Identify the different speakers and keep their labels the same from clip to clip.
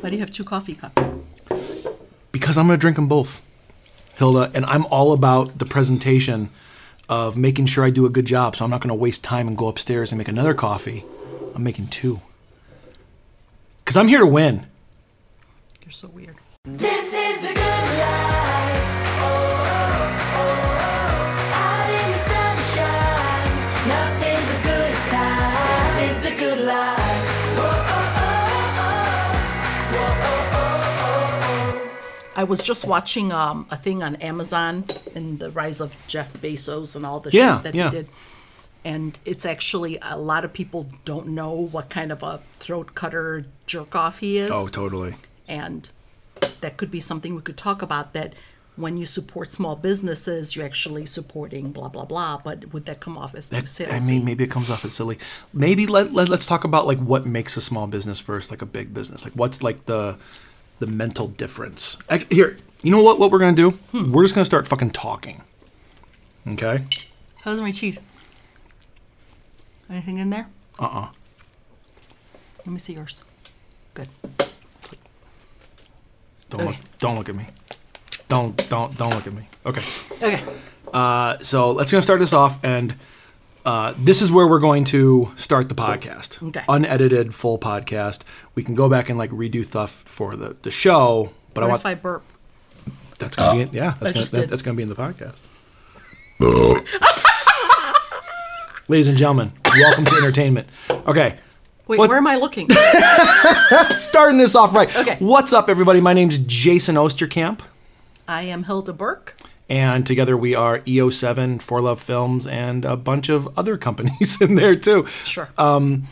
Speaker 1: Why do you have two coffee cups?
Speaker 2: because I'm going to drink them both, Hilda. And I'm all about the presentation of making sure I do a good job. So I'm not going to waste time and go upstairs and make another coffee. I'm making two. Because I'm here to win.
Speaker 1: You're so weird.
Speaker 3: This is the good life. Oh, oh, oh. Out in the sunshine, nothing but good times. This is the good life.
Speaker 1: I was just watching um, a thing on Amazon and the rise of Jeff Bezos and all the
Speaker 2: Yeah,
Speaker 1: shit that
Speaker 2: yeah.
Speaker 1: he did. And it's actually a lot of people don't know what kind of a throat cutter jerk off he is.
Speaker 2: totally.
Speaker 1: and that could be something we could talk about that when you support small businesses, you're actually supporting blah blah blah. But would that come off as too
Speaker 2: I
Speaker 1: silly?
Speaker 2: mean, maybe it comes off as silly. Maybe let, let let's talk about like what makes a small business versus like a big business. Like what's like the the mental difference. Act- Here, you know what? What we're gonna do? We're just gonna start fucking talking. Okay.
Speaker 1: How's my teeth? Anything in there?
Speaker 2: Uh uh
Speaker 1: Let me see yours. Good.
Speaker 2: Don't
Speaker 1: Okay.
Speaker 2: look. Don't look at me. Don't don't don't look at me. Okay.
Speaker 1: Okay.
Speaker 2: Uh, so let's gonna start this off, and uh, this is where we're going to start the podcast.
Speaker 1: Okay.
Speaker 2: Unedited full podcast. We can go back and like redo stuff for the the show. But
Speaker 1: What
Speaker 2: I want
Speaker 1: if I burp?
Speaker 2: That's gonna be in, yeah. That's gonna,
Speaker 1: just
Speaker 2: that,
Speaker 1: did.
Speaker 2: that's gonna be in the podcast. Ladies and gentlemen, welcome to entertainment. Okay,
Speaker 1: Wait,
Speaker 2: What-
Speaker 1: where am I looking?
Speaker 2: starting this off right.
Speaker 1: Okay.
Speaker 2: What's up, everybody? My name's Jason Osterkamp,
Speaker 1: I am Hilda Burke.
Speaker 2: and together we are EO7, Four Love Films, and a bunch of other companies in there too.
Speaker 1: Sure.
Speaker 2: Um,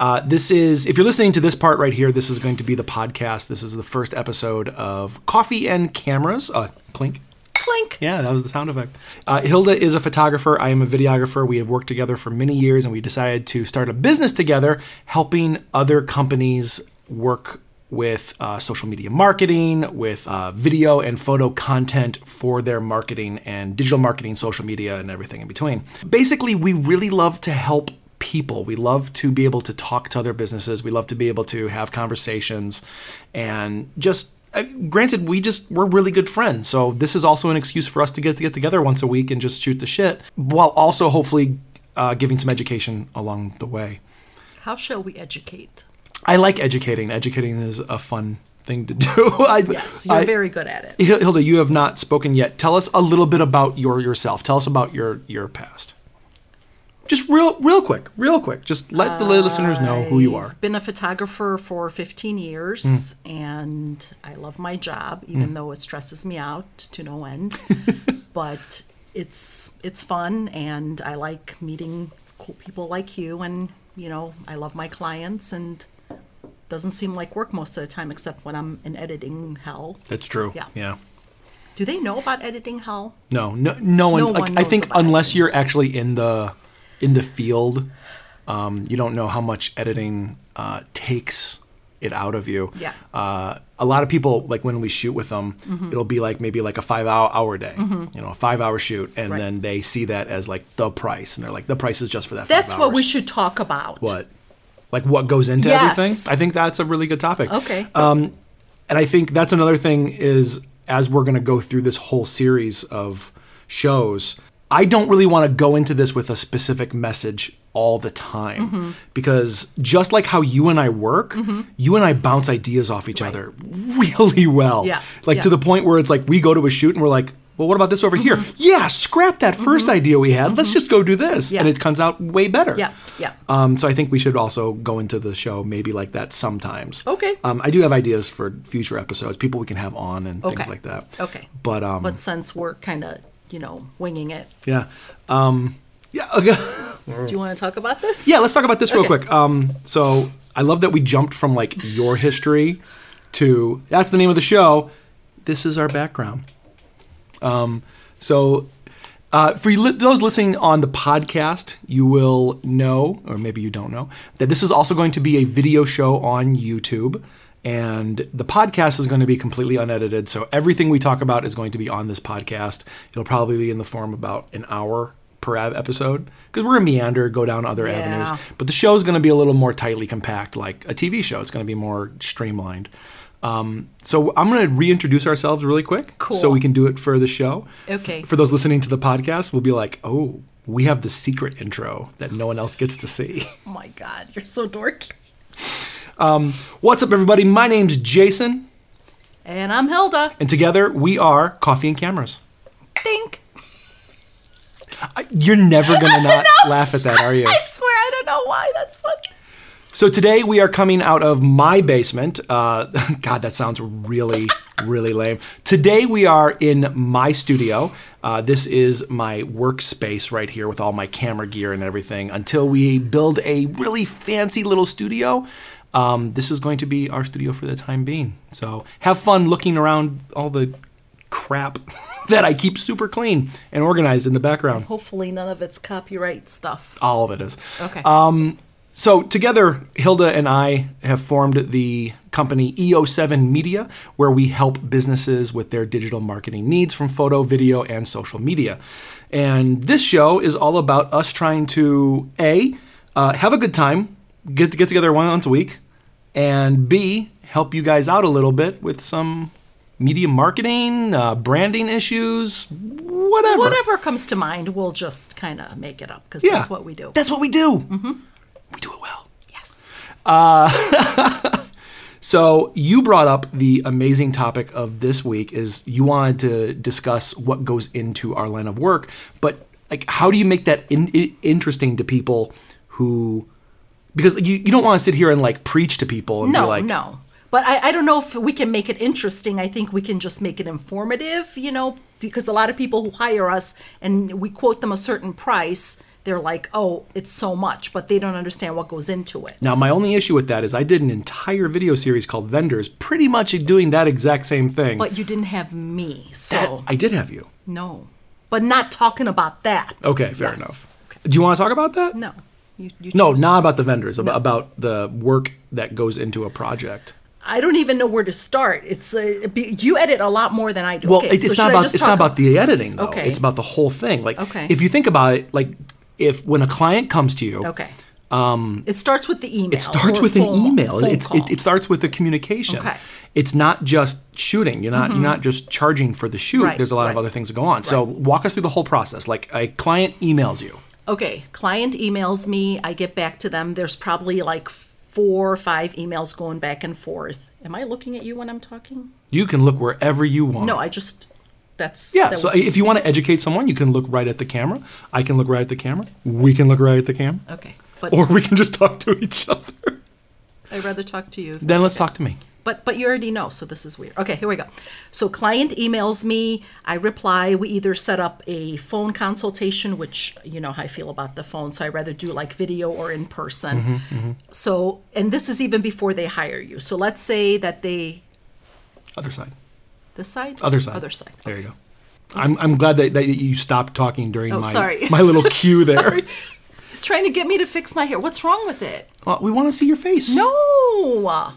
Speaker 2: uh, this is, if you're listening to this part right here, this is going to be the podcast. This is the first episode of Coffee and Cameras. Uh, clink.
Speaker 1: Clink.
Speaker 2: Yeah, that was the sound effect. Uh, Hilda is a photographer. I am a videographer. We have worked together for many years, and we decided to start a business together, helping other companies work with uh, social media marketing, with uh, video and photo content for their marketing and digital marketing, social media, and everything in between. Basically, we really love to help people. We love to be able to talk to other businesses. We love to be able to have conversations and just uh, granted we just we're really good friends. So this is also an excuse for us to get to get together once a week and just shoot the shit while also hopefully uh, giving some education along the way.
Speaker 1: How shall we educate?
Speaker 2: I like educating. Educating is a fun thing to do. I,
Speaker 1: Yes, you're
Speaker 2: I-
Speaker 1: very good at it.
Speaker 2: Hil- Hilda, you have not spoken yet. Tell us a little bit about your yourself. Tell us about your your past. Just real real quick, real quick. Just let the listeners know who you are. Hmm.
Speaker 1: I've been a photographer for 15 years and I love my job even though it stresses me out to no end. but it's it's fun and I like meeting cool people like you and you know, I love my clients and doesn't seem like work most of the time except when I'm in editing hell.
Speaker 2: That's true.
Speaker 1: Yeah. Do they know about editing hell?
Speaker 2: No, no, no one.
Speaker 1: No
Speaker 2: like,
Speaker 1: one
Speaker 2: I
Speaker 1: knows
Speaker 2: think
Speaker 1: about
Speaker 2: unless you're actually in the in the field, um, you don't know how much editing uh, takes it out of you.
Speaker 1: Yeah. Mm-hmm.
Speaker 2: Uh, a lot of people like when we shoot with them, it'll be like maybe like a five hour hour day, you know, a five hour shoot, and
Speaker 1: Right.
Speaker 2: then they see that as like the price, and they're like, the price is just for that.
Speaker 1: That's
Speaker 2: five
Speaker 1: what we
Speaker 2: hours."
Speaker 1: should talk about.
Speaker 2: What, like what goes into
Speaker 1: Yes.
Speaker 2: everything? I think that's a really good topic.
Speaker 1: Okay.
Speaker 2: Um, And I think that's another thing is as we're going to go through this whole series of shows, I don't really want to go into this with a specific message all the time
Speaker 1: Mm-hmm.
Speaker 2: because just like how you and I work, you and I bounce ideas off each other really well.
Speaker 1: Yeah,
Speaker 2: Like to
Speaker 1: yeah. Mm-hmm.
Speaker 2: the point where it's like we go to a shoot and we're like, well, what about this over here? Yeah, scrap that 1st idea we had. Let's just go do this.
Speaker 1: Yeah.
Speaker 2: And it comes out way better.
Speaker 1: yeah, yeah.
Speaker 2: Um, so I think we should also go into the show maybe like that sometimes.
Speaker 1: Okay.
Speaker 2: Um, I do have ideas for future episodes, people we can have on and things
Speaker 1: Okay.
Speaker 2: like that.
Speaker 1: Okay.
Speaker 2: But um,
Speaker 1: but since we're kind of, you know, winging it,
Speaker 2: yeah, um, yeah, okay.
Speaker 1: do you want to talk about this?
Speaker 2: mm. yeah. Let's talk about this real
Speaker 1: Okay.
Speaker 2: quick. Um, so I love that we jumped from like your history to that's the name of the show. This is our background. Um, So, uh, for you li- those listening on the podcast, you will know, or maybe you don't know, that this is also going to be a video show on YouTube. And the podcast is going to be completely unedited. So, everything we talk about is going to be on this podcast. It'll probably be in the form about an hour per ab- episode because we're going to meander, go down other
Speaker 1: Yeah.
Speaker 2: avenues. But the show is going to be a little more tightly compact, like a TV show. It's going to be more streamlined. Um, so I'm going to reintroduce ourselves really quick, so
Speaker 1: Cool.
Speaker 2: we can do it for the show.
Speaker 1: Okay.
Speaker 2: For those listening to the podcast, we'll be like, oh, we have the secret intro that no one else gets to see.
Speaker 1: Oh my God, you're so dorky.
Speaker 2: What's up, everybody? My name's Jason,
Speaker 1: And I'm Hilda.
Speaker 2: and together we are Coffee and Cameras.
Speaker 1: Dink.
Speaker 2: I, you're never going to not laugh at that, are you?
Speaker 1: I swear, I don't know why that's funny.
Speaker 2: So today we are coming out of my basement. Uh, God, that sounds really, really lame. Today we are in my studio. Uh, this is my workspace right here with all my camera gear and everything. Until we build a really fancy little studio, um, this is going to be our studio for the time being. So have fun looking around all the crap that I keep super clean and organized in the background.
Speaker 1: Hopefully, none of it's copyright stuff.
Speaker 2: All of it is.
Speaker 1: Okay.
Speaker 2: Um, So together, Hilda and I have formed the company EO7 Media, where we help businesses with their digital marketing needs from photo, video, and social media. And this show is all about us trying to a uh, have a good time, get get together once a week, and b help you guys out a little bit with some media marketing, uh, branding issues, whatever.
Speaker 1: Whatever comes to mind, we'll just kind of make it up because
Speaker 2: Yeah.
Speaker 1: that's what we do. Mm-hmm.
Speaker 2: That's what we do. We do it well.
Speaker 1: yes.
Speaker 2: So you brought up the amazing topic of this week is you wanted to discuss what goes into our line of work, but like how do you make that in, i interesting to people who because you, you don't want to sit here and like preach to people and be
Speaker 1: No,
Speaker 2: like
Speaker 1: no. But I, I don't know if we can make it interesting. I think we can just make it informative, you know, because a lot of people who hire us and we quote them a certain price, they're like, oh, it's so much, but they don't understand what goes into it.
Speaker 2: Now my only issue with that is I did an entire video series called Vendors pretty much doing that exact same thing.
Speaker 1: but you didn't have me, so
Speaker 2: I did have you.
Speaker 1: no. But not talking about that.
Speaker 2: Okay, fair
Speaker 1: Yes.
Speaker 2: enough. Do you want to talk about that?
Speaker 1: No. You, you
Speaker 2: No,
Speaker 1: choose.
Speaker 2: not about the vendors, ab- about the work that goes into a project.
Speaker 1: I don't even know where to start. It's uh, be- you edit a lot more than I do.
Speaker 2: Well,
Speaker 1: okay,
Speaker 2: it- it's
Speaker 1: so
Speaker 2: not
Speaker 1: should I
Speaker 2: about
Speaker 1: just
Speaker 2: it's not
Speaker 1: talk-
Speaker 2: about the editing though.
Speaker 1: Okay.
Speaker 2: It's about the whole thing. Like
Speaker 1: Okay.
Speaker 2: if you think about it, like if when a client comes to you,
Speaker 1: Okay. Um, it starts with the email.
Speaker 2: it starts
Speaker 1: or
Speaker 2: with an
Speaker 1: phone-
Speaker 2: email.
Speaker 1: phone
Speaker 2: It,
Speaker 1: call.
Speaker 2: it, it starts with a communication.
Speaker 1: Okay. Mm-hmm.
Speaker 2: It's not just shooting. You're not you're not just charging for the shoot.
Speaker 1: Right,
Speaker 2: There's a lot of
Speaker 1: right.
Speaker 2: other things that go on. So walk us through the whole process. Like a client emails you.
Speaker 1: okay, client emails me. I get back to them. There's probably like four or five emails going back and forth. Am I looking at you when I'm talking?
Speaker 2: You can look wherever you want.
Speaker 1: No, I just that's
Speaker 2: Yeah,
Speaker 1: that
Speaker 2: so
Speaker 1: would-
Speaker 2: if you want to educate someone, you can look right at the camera. I can look right at the camera. We can look right at the camera.
Speaker 1: okay. But
Speaker 2: Or we can just talk to each other.
Speaker 1: I'd rather talk to you. if
Speaker 2: Then
Speaker 1: that's
Speaker 2: let's
Speaker 1: okay.
Speaker 2: talk to me.
Speaker 1: But but you already know, so this is weird. Okay, here we go. So client emails me, I reply. We either set up a phone consultation, which you know how I feel about the phone, so I rather do like video or in person.
Speaker 2: Mm-hmm,
Speaker 1: So and this is even before they hire you. So let's say that they
Speaker 2: Other side.
Speaker 1: this side,
Speaker 2: Other side.
Speaker 1: other side.
Speaker 2: There you go. I'm, I'm glad that, that you stopped talking during
Speaker 1: Oh,
Speaker 2: my
Speaker 1: sorry.
Speaker 2: my little cue there.
Speaker 1: Sorry. He's trying to get me to fix my hair. What's wrong with it?
Speaker 2: Well, we want to see your face.
Speaker 1: No,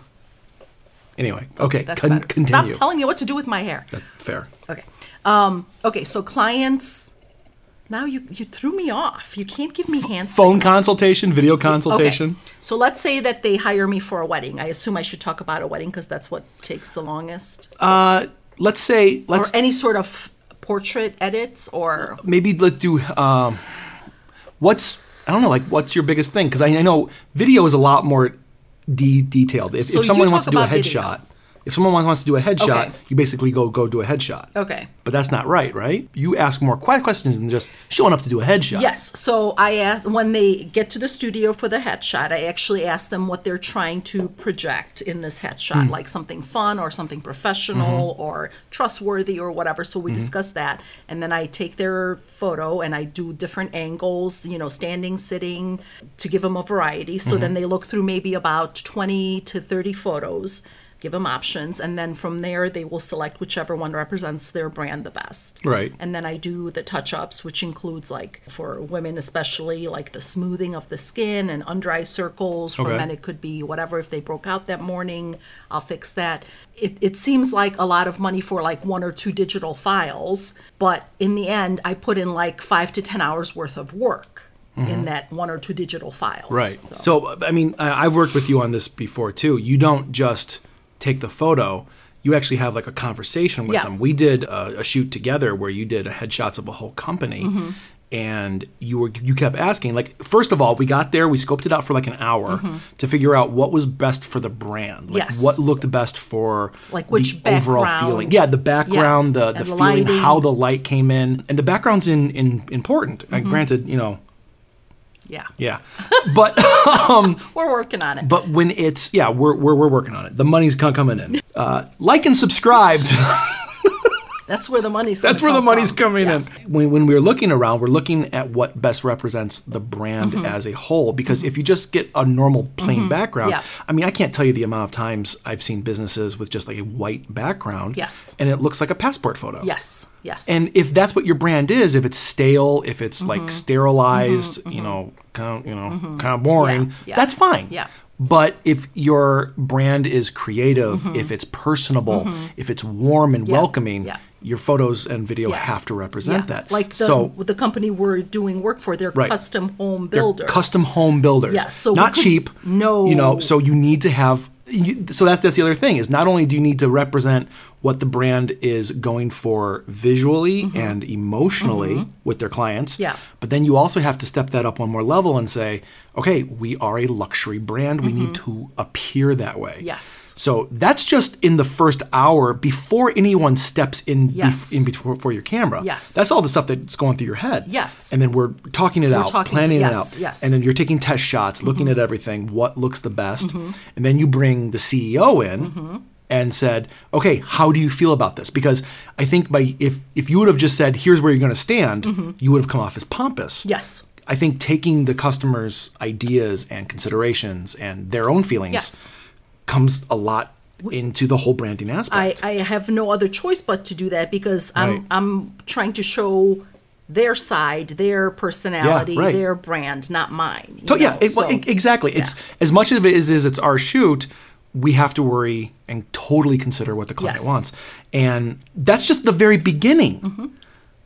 Speaker 2: Anyway, okay.
Speaker 1: that's
Speaker 2: con-
Speaker 1: better.
Speaker 2: continue.
Speaker 1: Stop telling me what to do with my hair.
Speaker 2: That's fair.
Speaker 1: Okay. Um, okay. So clients, now you you threw me off. You can't give me hand
Speaker 2: Phone
Speaker 1: signals.
Speaker 2: consultation, video
Speaker 1: Okay.
Speaker 2: consultation.
Speaker 1: So let's say that they hire me for a wedding. I assume I should talk about a wedding because that's what takes the longest.
Speaker 2: Uh, let's say
Speaker 1: or
Speaker 2: let's
Speaker 1: any sort of portrait edits or
Speaker 2: maybe let's do um, what's I don't know like what's your biggest thing because I, I know video is a lot more de- detailed. If,
Speaker 1: So
Speaker 2: if
Speaker 1: you
Speaker 2: someone
Speaker 1: talk
Speaker 2: wants to do a
Speaker 1: about video.
Speaker 2: headshot, if someone wants, wants to do a headshot,
Speaker 1: Okay.
Speaker 2: you basically go go do a headshot.
Speaker 1: okay.
Speaker 2: But that's not right, right? You ask more quiet questions than just showing up to do a headshot.
Speaker 1: Yes. So I ask when they get to the studio for the headshot, I actually ask them what they're trying to project in this headshot, like something fun or something professional or trustworthy or whatever. So we discuss that, and then I take their photo and I do different angles, you know, standing, sitting, to give them a variety. So then they look through maybe about twenty to thirty photos. Give them options, and then from there they will select whichever one represents their brand the best.
Speaker 2: Right.
Speaker 1: And then I do the touch ups, which includes like for women especially, like the smoothing of the skin and under eye circles. For
Speaker 2: Okay.
Speaker 1: men, it could be whatever. If they broke out that morning, I'll fix that. It, it seems like a lot of money for like one or two digital files, but in the end, I put in like five to 10 hours worth of work
Speaker 2: Mm-hmm.
Speaker 1: in that one or two digital files.
Speaker 2: Right. So, I mean, I- I've worked with you on this before too. You don't just take the photo, you actually have like a conversation with
Speaker 1: Yeah.
Speaker 2: them. We did a, a shoot together where you did a headshots of a whole company.
Speaker 1: Mm-hmm.
Speaker 2: And you were you kept asking like first of all we got there we scoped it out for like an hour to figure out what was best for the brand
Speaker 1: Mm-hmm.
Speaker 2: like
Speaker 1: Yes.
Speaker 2: what looked best for
Speaker 1: Like, which
Speaker 2: the overall
Speaker 1: background.
Speaker 2: feeling yeah the background the the,
Speaker 1: And the
Speaker 2: feeling
Speaker 1: lighting.
Speaker 2: how the light came in and the background's in, in important and
Speaker 1: Mm-hmm.
Speaker 2: granted you know
Speaker 1: Yeah.
Speaker 2: yeah but
Speaker 1: We're working on it.
Speaker 2: but when it's yeah we're, we're, we're working on it the money's co- coming in uh, like and subscribe to
Speaker 1: That's where the money's
Speaker 2: That's where the money's coming in. When, when we're looking around, we're looking at what best represents the brand as a whole. Because if you just get a normal plain background,
Speaker 1: Yeah.
Speaker 2: I mean, I can't tell you the amount of times I've seen businesses with just like a white background.
Speaker 1: Yes.
Speaker 2: And it looks like a passport photo.
Speaker 1: Yes. Yes. Mm-hmm.
Speaker 2: And if that's what your brand is, if it's stale, if it's like sterilized, you know, kind of, you know, kind of boring,
Speaker 1: Yeah, yeah.
Speaker 2: that's fine.
Speaker 1: Yeah.
Speaker 2: But if your brand is creative, if it's personable, if it's warm and welcoming,
Speaker 1: Mm-hmm. yeah.
Speaker 2: your photos and video
Speaker 1: Yeah.
Speaker 2: have to represent that.
Speaker 1: Like the,
Speaker 2: so
Speaker 1: the company we're doing work for, they're
Speaker 2: Right.
Speaker 1: custom home
Speaker 2: they're
Speaker 1: builders.
Speaker 2: custom home builders.
Speaker 1: Yeah, so we
Speaker 2: not
Speaker 1: could-
Speaker 2: cheap.
Speaker 1: no.
Speaker 2: You know, so you need to have. You, so that's that's the other thing is not only do you need to represent what the brand is going for visually and emotionally with their clients,
Speaker 1: Mm-hmm. Yeah.
Speaker 2: but then you also have to step that up one more level and say, okay, we are a luxury brand. We need to appear that way.
Speaker 1: Mm-hmm. Yes.
Speaker 2: So that's just in the first hour before anyone steps in bef-
Speaker 1: Yes.
Speaker 2: in before, before your camera.
Speaker 1: Yes.
Speaker 2: That's all the stuff that's going through your head.
Speaker 1: Yes.
Speaker 2: And then we're talking it out,
Speaker 1: talking to-
Speaker 2: planning
Speaker 1: yes,
Speaker 2: it out.
Speaker 1: yes. Mm-hmm.
Speaker 2: And then you're taking test shots, looking at everything, what looks the best. And then you bring the CEO in
Speaker 1: Mm-hmm.
Speaker 2: and said, "Okay, how do you feel about this?" Because I think by if if you would have just said, "Here's where you're going to stand," you would have come off as pompous.
Speaker 1: Mm-hmm. Yes.
Speaker 2: I think taking the customer's ideas and considerations and their own feelings
Speaker 1: Yes.
Speaker 2: comes a lot into the whole branding
Speaker 1: I,
Speaker 2: aspect.
Speaker 1: I have no other choice but to do that because
Speaker 2: Right.
Speaker 1: I'm I'm trying to show their side, their personality,
Speaker 2: right.
Speaker 1: their brand, not mine. you
Speaker 2: so yeah,
Speaker 1: know,
Speaker 2: it, well,
Speaker 1: so-
Speaker 2: e- exactly. It's as much of it is, is it's our shoot. We have to worry and totally consider what the client
Speaker 1: Yes. Mm-hmm.
Speaker 2: wants, and that's just the very beginning.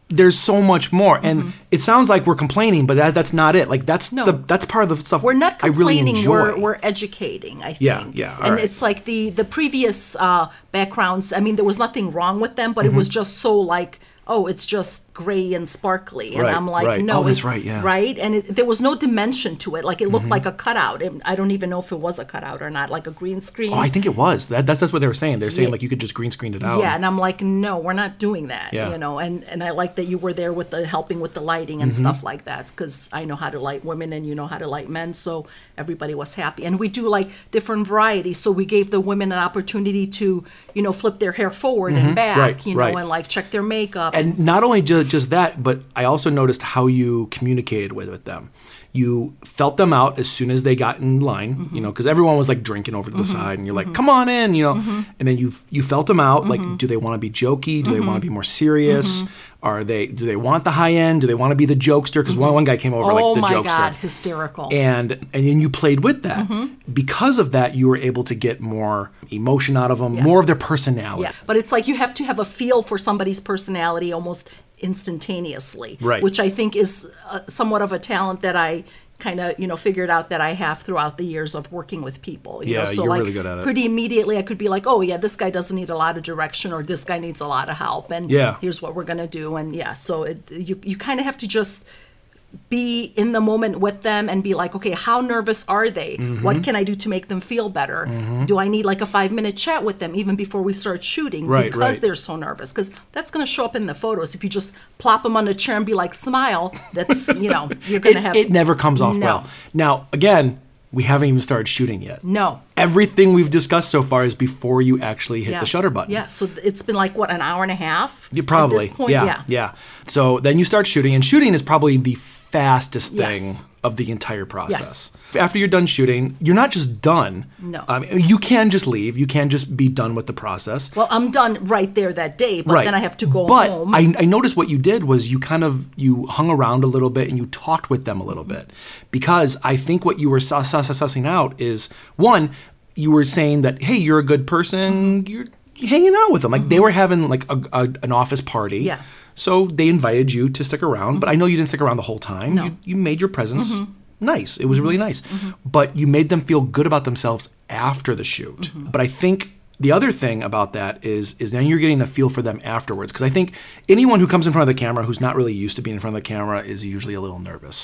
Speaker 2: There's so much more, and it sounds like we're complaining, but that, that's not it. Like that's the that's part of the stuff
Speaker 1: we're not
Speaker 2: I really
Speaker 1: complaining.
Speaker 2: enjoy.
Speaker 1: we're we're educating. I think.
Speaker 2: Yeah, yeah, all
Speaker 1: and
Speaker 2: right.
Speaker 1: it's like the the previous uh, backgrounds. I mean, there was nothing wrong with them, but it was
Speaker 2: Mm-hmm.
Speaker 1: just so like. Oh, it's just gray and sparkly, and
Speaker 2: Right,
Speaker 1: I'm like,
Speaker 2: right.
Speaker 1: no,
Speaker 2: Oh, that's
Speaker 1: it-
Speaker 2: right, yeah. Mm-hmm.
Speaker 1: right. And it, there was no dimension to it; like it looked like a cutout. And I don't even know if it was a cutout or not, like a green screen.
Speaker 2: oh, I think it was that. That's, that's what they were saying. They're saying
Speaker 1: Yeah.
Speaker 2: like you could just green screen it out.
Speaker 1: Yeah, and I'm like, no, we're not doing that.
Speaker 2: Oh. Yeah.
Speaker 1: You know, and and I like that you were there with the helping with the lighting
Speaker 2: Mm-hmm.
Speaker 1: and stuff like that because I know how to light women and you know how to light men, so everybody was happy. And we do like different varieties, so we gave the women an opportunity to you know flip their hair forward and back,
Speaker 2: Mm-hmm. Right,
Speaker 1: you know,
Speaker 2: right.
Speaker 1: and like check their makeup.
Speaker 2: and not only just, just that, but I also noticed how you communicated with, with them. You felt them out as soon as they got in line, you know, because everyone was like drinking over to the
Speaker 1: Mm-hmm.
Speaker 2: side, and you're like, "Come on in," you know. And then you you felt them out.
Speaker 1: Mm-hmm.
Speaker 2: Like, do they want to be jokey? Do they want to be more serious? Are they do they want the high end? Do they want to be the jokester? Because one, one guy came over
Speaker 1: oh
Speaker 2: like the
Speaker 1: my
Speaker 2: jokester
Speaker 1: god, Mm-hmm. hysterical.
Speaker 2: and and then you played with that because of that you were able to get more emotion out of them more of their personality
Speaker 1: Yeah, but it's like you have to have a feel for somebody's personality almost instantaneously,
Speaker 2: Right.
Speaker 1: Which I think is uh, somewhat of a talent that I kind of you know figured out that I have throughout the years of working with people. You
Speaker 2: Yeah,
Speaker 1: know? so
Speaker 2: you're
Speaker 1: like
Speaker 2: really good at it.
Speaker 1: pretty immediately I could be like, oh yeah, this guy doesn't need a lot of direction, or this guy needs a lot of help, and
Speaker 2: Yeah.
Speaker 1: here's what we're gonna do, and yeah, so it, you you kind of have to just be in the moment with them and be like, okay, how nervous are they?
Speaker 2: Mm-hmm.
Speaker 1: What can I do to make them feel better? Do I need like a five minute chat with them even before we start shooting
Speaker 2: Right,
Speaker 1: because
Speaker 2: right.
Speaker 1: they're so nervous? Because that's going to show up in the photos. If you just plop them on a chair and be like, smile, that's, you know, you're going
Speaker 2: it,
Speaker 1: to have.
Speaker 2: it never comes off
Speaker 1: No.
Speaker 2: well now again we haven't even started shooting yet
Speaker 1: No.
Speaker 2: everything we've discussed so far is before you actually hit
Speaker 1: Yeah.
Speaker 2: the shutter button
Speaker 1: Yeah. So th- it's been like, what, an hour and a half?
Speaker 2: You probably.
Speaker 1: At this point?
Speaker 2: yeah,
Speaker 1: Yeah.
Speaker 2: So then you start shooting, and shooting is probably the fastest thing
Speaker 1: Yes.
Speaker 2: of the entire process. After you're done shooting, you're not just done.
Speaker 1: No.
Speaker 2: Um, you can just leave. You can just be done with the process.
Speaker 1: Well, I'm done right there that day, but
Speaker 2: right.
Speaker 1: then I have to go
Speaker 2: but
Speaker 1: home.
Speaker 2: I, I noticed what you did was you kind of you hung around a little bit and you talked with them a little bit because I think what you were suss- suss- sussing out is one you were saying that hey you're a good person you're hanging out with them like they were having like a, a- an office party
Speaker 1: Mm-hmm. Yeah.
Speaker 2: so they invited you to stick around but I know you didn't stick around the whole time
Speaker 1: No. Mm-hmm.
Speaker 2: you, you made your presence nice
Speaker 1: Mm-hmm.
Speaker 2: it was really nice but you made them feel good about themselves after the shoot but I think the other thing about that is is now you're getting a feel for them afterwards because I think anyone who comes in front of the camera who's not really used to being in front of the camera is usually a little nervous,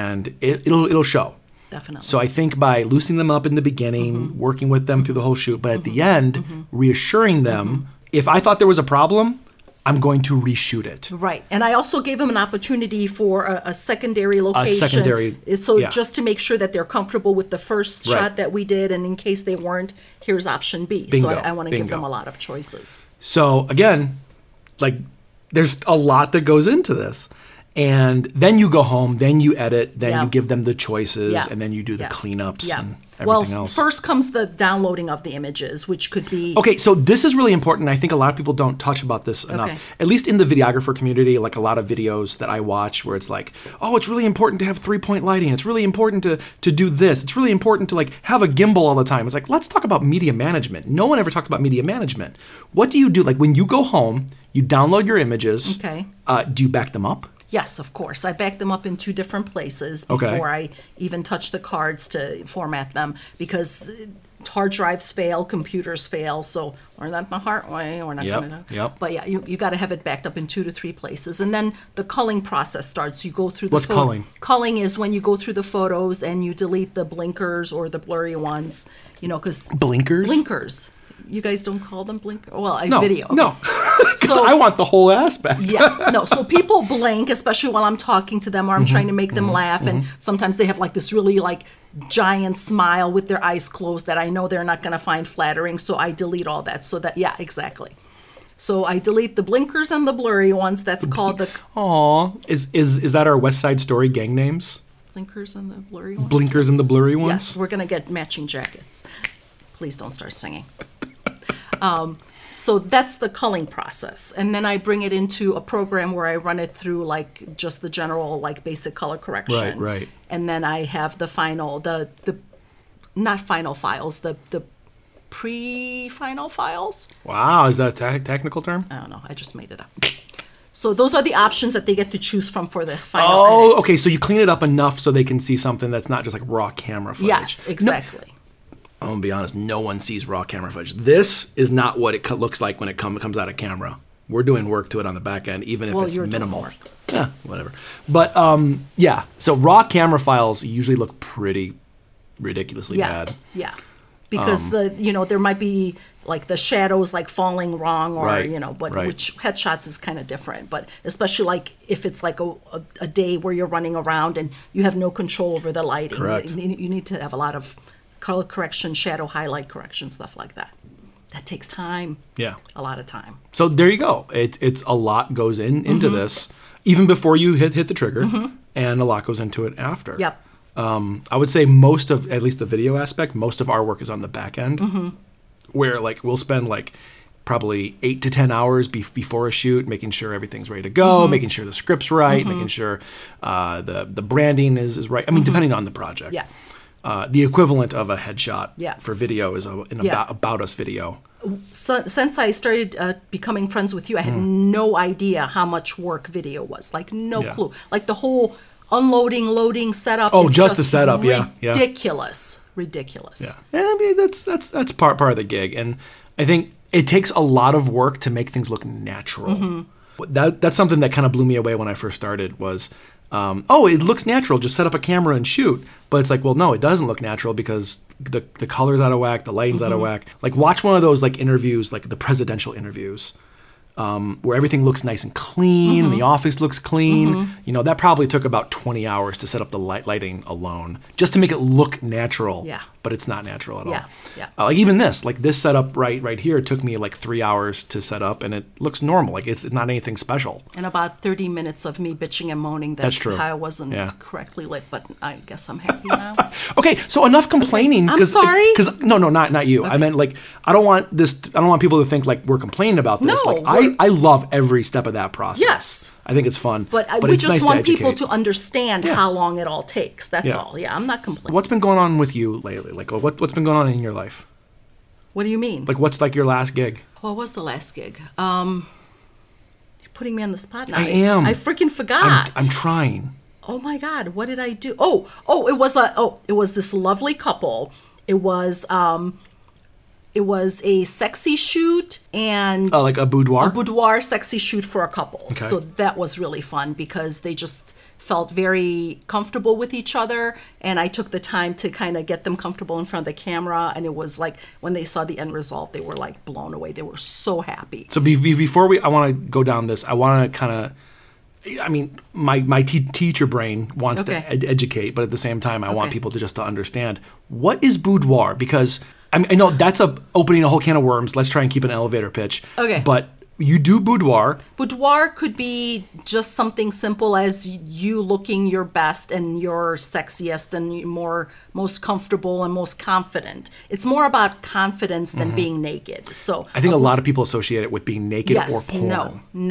Speaker 2: and it, it'll it'll show.
Speaker 1: Definitely.
Speaker 2: So I think by loosening them up in the beginning,
Speaker 1: Mm-hmm.
Speaker 2: working with them through the whole shoot, but at the end, reassuring them
Speaker 1: Mm-hmm.
Speaker 2: if I thought there was a problem, I'm going to reshoot it.
Speaker 1: Right, and I also gave them an opportunity for a, a secondary location.
Speaker 2: secondary-
Speaker 1: is- so
Speaker 2: yeah.
Speaker 1: just to make sure that they're comfortable with the first
Speaker 2: Right.
Speaker 1: shot that we did, and in case they weren't, here's option B.
Speaker 2: Bingo,
Speaker 1: So I, I want to give them
Speaker 2: bingo.
Speaker 1: a lot of choices.
Speaker 2: So again, like there's a lot that goes into this. And then you go home, then you edit, then
Speaker 1: Yeah.
Speaker 2: you give them the choices,
Speaker 1: Yeah.
Speaker 2: and then you do the
Speaker 1: Yeah.
Speaker 2: cleanups
Speaker 1: Yeah.
Speaker 2: and everything
Speaker 1: well,
Speaker 2: else.
Speaker 1: first comes the downloading of the images, which could be
Speaker 2: Okay, so this is really important. I think a lot of people don't touch about this enough.
Speaker 1: Okay.
Speaker 2: At least in the videographer community, like a lot of videos that I watch where it's like, "Oh, it's really important to have three-point lighting. It's really important to to do this. It's really important to like have a gimbal all the time." It's like, "Let's talk about media management." No one ever talks about media management. What do you do like when you go home, you download your images?
Speaker 1: Okay.
Speaker 2: Uh, do you back them up?
Speaker 1: Yes, of course. I back them up in two different places
Speaker 2: Okay.
Speaker 1: before I even touch the cards to format them because uh, hard drives fail, computers fail. So learn that the hard way. We're not
Speaker 2: Yep,
Speaker 1: going to.
Speaker 2: yep.
Speaker 1: But yeah, you, you got to have it backed up in two to three places. And then the culling process starts. You go through the
Speaker 2: What's
Speaker 1: photo-
Speaker 2: culling?
Speaker 1: Culling is when you go through the photos and you delete the blinkers or the blurry ones, you know, because
Speaker 2: Blinkers?
Speaker 1: blinkers. You guys don't call them blinkers? Well, I
Speaker 2: No.
Speaker 1: video.
Speaker 2: No. 'Cause
Speaker 1: So-
Speaker 2: I want the whole aspect.
Speaker 1: yeah no so people blink especially while i'm talking to them or i'm
Speaker 2: Mm-hmm.
Speaker 1: trying to make them laugh and sometimes they have like this really like giant smile with their eyes closed that i know they're not going to find flattering so i delete all that so that yeah exactly so i delete the blinkers and the blurry ones that's called the
Speaker 2: Aw, is is is that our West Side Story gang names?
Speaker 1: blinkers and the blurry ones
Speaker 2: Blinkers and the blurry ones?
Speaker 1: Yes, we're gonna get matching jackets. Please don't start singing. um, so that's the culling process, and then I bring it into a program where I run it through like just the general like basic color correction.
Speaker 2: Right, right.
Speaker 1: And then I have the final the the not final files the the pre final files.
Speaker 2: Wow, is that a tech technical term?
Speaker 1: I don't know. I just made it up. So those are the options that they get to choose from for the final.
Speaker 2: Oh,
Speaker 1: edit.
Speaker 2: okay. So you clean it up enough so they can see something that's not just like raw camera footage.
Speaker 1: Yes,
Speaker 2: No-
Speaker 1: exactly.
Speaker 2: I'm gonna be honest. No one sees raw camera footage. This is not what it co- looks like when it come, comes out of camera. We're doing work to it on the back end, even if
Speaker 1: Well,
Speaker 2: it's
Speaker 1: you're doing
Speaker 2: minimal.
Speaker 1: work.
Speaker 2: Yeah, whatever. But um, yeah. So raw camera files usually look pretty ridiculously
Speaker 1: yeah,
Speaker 2: bad. Um,
Speaker 1: Yeah. Because the you know there might be like the shadows like falling wrong or
Speaker 2: Right,
Speaker 1: you know but
Speaker 2: right.
Speaker 1: which headshots is kind of different but especially like if it's like a, a, a day where you're running around and you have no control over the lighting
Speaker 2: Correct.
Speaker 1: You, you need to have a lot of color correction shadow highlight correction stuff like that that takes time
Speaker 2: Yeah.
Speaker 1: a lot of time
Speaker 2: So there you go. It, it's a lot goes in into
Speaker 1: Mm-hmm.
Speaker 2: this, even before you hit hit the trigger, and a lot goes into it after.
Speaker 1: Yep.
Speaker 2: Um, I would say most of at least the video aspect, most of our work is on the back end,
Speaker 1: Mm-hmm.
Speaker 2: where like we'll spend like probably eight to ten hours bef before a shoot, making sure everything's ready to go,
Speaker 1: Mm-hmm.
Speaker 2: making sure the script's right, making sure uh, the the branding is is right. I mean, depending on the project.
Speaker 1: Mm-hmm. Yeah.
Speaker 2: Uh, the equivalent of a headshot
Speaker 1: Yeah.
Speaker 2: for video is a, an
Speaker 1: Yeah.
Speaker 2: about, about us video.
Speaker 1: so, since I started uh, becoming friends with you, I had no idea how much work video was. Like no
Speaker 2: Hmm. Yeah.
Speaker 1: clue. Like the whole unloading, loading, setup.
Speaker 2: Oh,
Speaker 1: is
Speaker 2: just the setup, yeah, yeah.
Speaker 1: Ridiculous, ridiculous.
Speaker 2: Yeah, I mean that's that's that's part part of the gig, and I think it takes a lot of work to make things look natural. That that's something that kind of blew me away when I first started was. Um, oh, it looks natural. Just set up a camera and shoot. But it's like, well, no, it doesn't look natural because the the colors out of whack, the lighting's out of whack. Like, watch one of those like interviews, like the presidential interviews, um, where everything looks nice and clean,
Speaker 1: Mm-hmm.
Speaker 2: and the office looks clean. You know, that probably took about 20 hours to set up the light lighting alone, just to make it look natural.
Speaker 1: Yeah.
Speaker 2: But it's not natural at all.
Speaker 1: Yeah, yeah.
Speaker 2: Uh, like even this, like this setup right right here took me like three hours to set up, and it looks normal. Like it's not anything special.
Speaker 1: And about 30 minutes of me bitching and moaning that
Speaker 2: That's true.
Speaker 1: I wasn't
Speaker 2: Yeah.
Speaker 1: correctly lit, but I guess I'm happy now.
Speaker 2: Okay, so enough complaining.
Speaker 1: I'm sorry.
Speaker 2: Because no, no, not not you. I meant like I don't want this. I don't want people to think like we're complaining about this.
Speaker 1: No,
Speaker 2: like
Speaker 1: we're-
Speaker 2: I I love every step of that process.
Speaker 1: Yes.
Speaker 2: I think it's fun.
Speaker 1: But, I, we
Speaker 2: it's
Speaker 1: just
Speaker 2: nice
Speaker 1: want people
Speaker 2: educate.
Speaker 1: to understand how long it all takes. That's
Speaker 2: Yeah.
Speaker 1: all. Yeah, I'm not complaining.
Speaker 2: What's been going on with you lately? Like what what's been going on in your life?
Speaker 1: What do you mean?
Speaker 2: Like what's like your last gig?
Speaker 1: What was the last gig? Um, you're putting me on the spot now.
Speaker 2: I am.
Speaker 1: I freaking forgot.
Speaker 2: I'm trying.
Speaker 1: oh my god, what did I do? Oh, oh, it was a oh, it was this lovely couple. It was um, It was a sexy shoot and
Speaker 2: Uh, like a boudoir.
Speaker 1: a boudoir sexy shoot for a couple.
Speaker 2: Okay.
Speaker 1: So that was really fun because they just felt very comfortable with each other and I took the time to kind of get them comfortable in front of the camera and it was like when they saw the end result they were like blown away. They were so happy.
Speaker 2: So be, be- before we, I want to go down this. I want to kind of, I mean, my my te- teacher brain wants
Speaker 1: Okay.
Speaker 2: to ed- educate, but at the same time, I want
Speaker 1: Okay.
Speaker 2: people to just to understand what is boudoir because I mean, I know that's a opening a whole can of worms. Let's try and keep an elevator pitch.
Speaker 1: Okay.
Speaker 2: But you do boudoir.
Speaker 1: Boudoir could be just something simple as you looking your best and your sexiest and more most comfortable and most confident. It's more about confidence than being naked. So
Speaker 2: Mm-hmm. I think a lot of people associate it with being naked
Speaker 1: yes,
Speaker 2: or porn.
Speaker 1: no,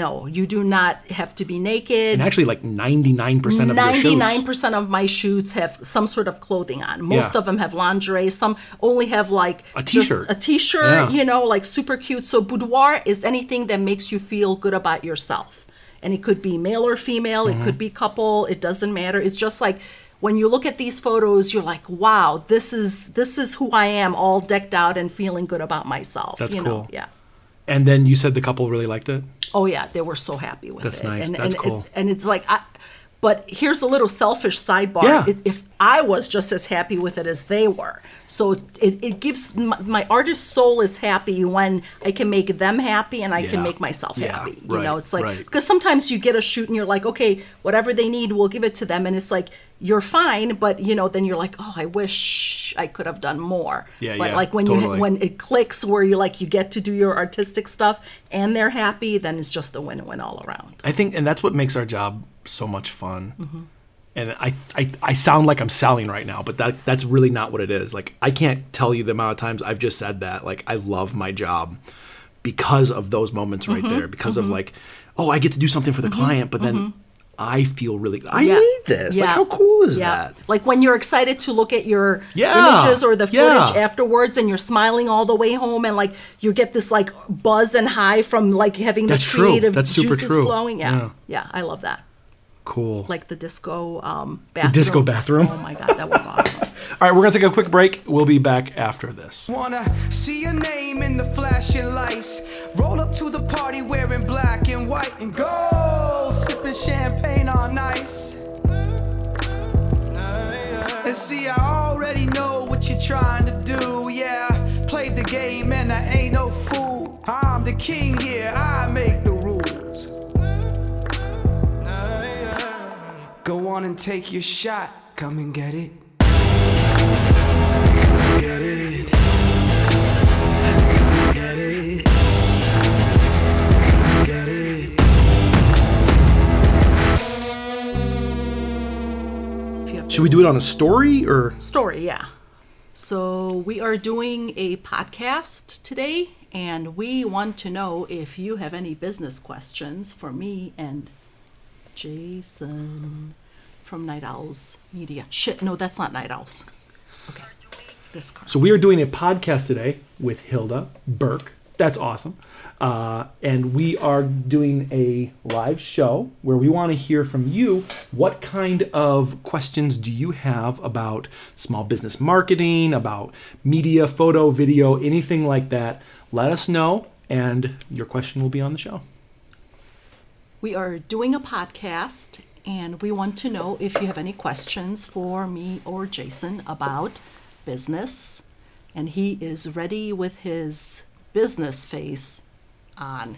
Speaker 1: no, you do not have to be naked.
Speaker 2: And actually, like ninety nine percent of your
Speaker 1: Ninety-nine
Speaker 2: shoots.
Speaker 1: percent of my shoots have some sort of clothing on. Most
Speaker 2: Yeah.
Speaker 1: of them have lingerie. Some only have like
Speaker 2: A
Speaker 1: just
Speaker 2: t-shirt.
Speaker 1: a t-shirt.
Speaker 2: Yeah.
Speaker 1: You know, like super cute. So boudoir is anything that makes you feel good about yourself, and it could be male or female. It could be couple. It doesn't matter. It's just like when you look at these photos, you're like, wow, this is this is who I am, all decked out and feeling good about myself.
Speaker 2: That's
Speaker 1: you
Speaker 2: cool.
Speaker 1: Know? Yeah.
Speaker 2: And then you said the couple really liked it.
Speaker 1: Oh yeah, they were so happy with
Speaker 2: That's
Speaker 1: it.
Speaker 2: nice.
Speaker 1: And,
Speaker 2: That's
Speaker 1: and
Speaker 2: cool.
Speaker 1: It, and it's like, I, but here's a little selfish sidebar.
Speaker 2: Yeah.
Speaker 1: If- If I was just as happy with it as they were, so it, it gives my, my artist soul is happy when I can make them happy and I
Speaker 2: Yeah.
Speaker 1: can make myself
Speaker 2: Yeah,
Speaker 1: happy. You
Speaker 2: right,
Speaker 1: know, it's like
Speaker 2: right.
Speaker 1: because sometimes you get a shoot and you're like, okay, whatever they need, we'll give it to them, and it's like you're fine, but you know, then you're like, oh, I wish I could have done more.
Speaker 2: Yeah,
Speaker 1: but
Speaker 2: yeah,
Speaker 1: like when
Speaker 2: totally.
Speaker 1: you when it clicks where you like you get to do your artistic stuff and they're happy then it's just a win-win all around
Speaker 2: I think, and that's what makes our job so much fun.
Speaker 1: Mm-hmm.
Speaker 2: And I, I, I sound like I'm selling right now, but that that's really not what it is. Like I can't tell you the amount of times I've just said that. Like I love my job because of those moments right
Speaker 1: Mm-hmm.
Speaker 2: there. Because of like, oh, I get to do something for the client, but then I feel really I
Speaker 1: Mm-hmm. Yeah.
Speaker 2: need this. Like
Speaker 1: Yeah.
Speaker 2: how cool is
Speaker 1: yeah
Speaker 2: that?
Speaker 1: like when you're excited to look at your
Speaker 2: Yeah.
Speaker 1: images or the
Speaker 2: Yeah.
Speaker 1: footage afterwards and you're smiling all the way home and like you get this like buzz and high from like having
Speaker 2: That's
Speaker 1: the
Speaker 2: true.
Speaker 1: creative
Speaker 2: That's super
Speaker 1: juices
Speaker 2: true.
Speaker 1: flowing yeah.
Speaker 2: Yeah.
Speaker 1: yeah i love that
Speaker 2: Cool.
Speaker 1: like the disco um bathroom
Speaker 2: disco bathroom.
Speaker 1: oh my god that was awesome
Speaker 2: All right, we're gonna take a quick break. We'll be back after this.
Speaker 4: Wanna see your name in the flashing lights. Roll up to the party wearing black and white and gold. Sipping champagne on ice. And see, I already know what you're trying to do. Yeah, played the game and I ain't no fool. I'm the king here, I make the rules. Go on and take your shot. Come and get it. Get it. Get it. Get it.
Speaker 1: If you have
Speaker 2: Should we do it on a story or?
Speaker 1: story, yeah. So we are doing a podcast today, and we want to know if you have any business questions for me and Jason from Night Owls Media. Shit, no, that's not Night Owls. Okay, this card.
Speaker 2: So we are doing a podcast today with Hilda Burke. That's awesome. Uh, and we are doing a live show where we want to hear from you. What kind of questions do you have about small business marketing, about media, photo, video, anything like that? Let us know, and your question will be on the show.
Speaker 1: We are doing a podcast, and we want to know if you have any questions for me or Jason about business. And he is ready with his business face on.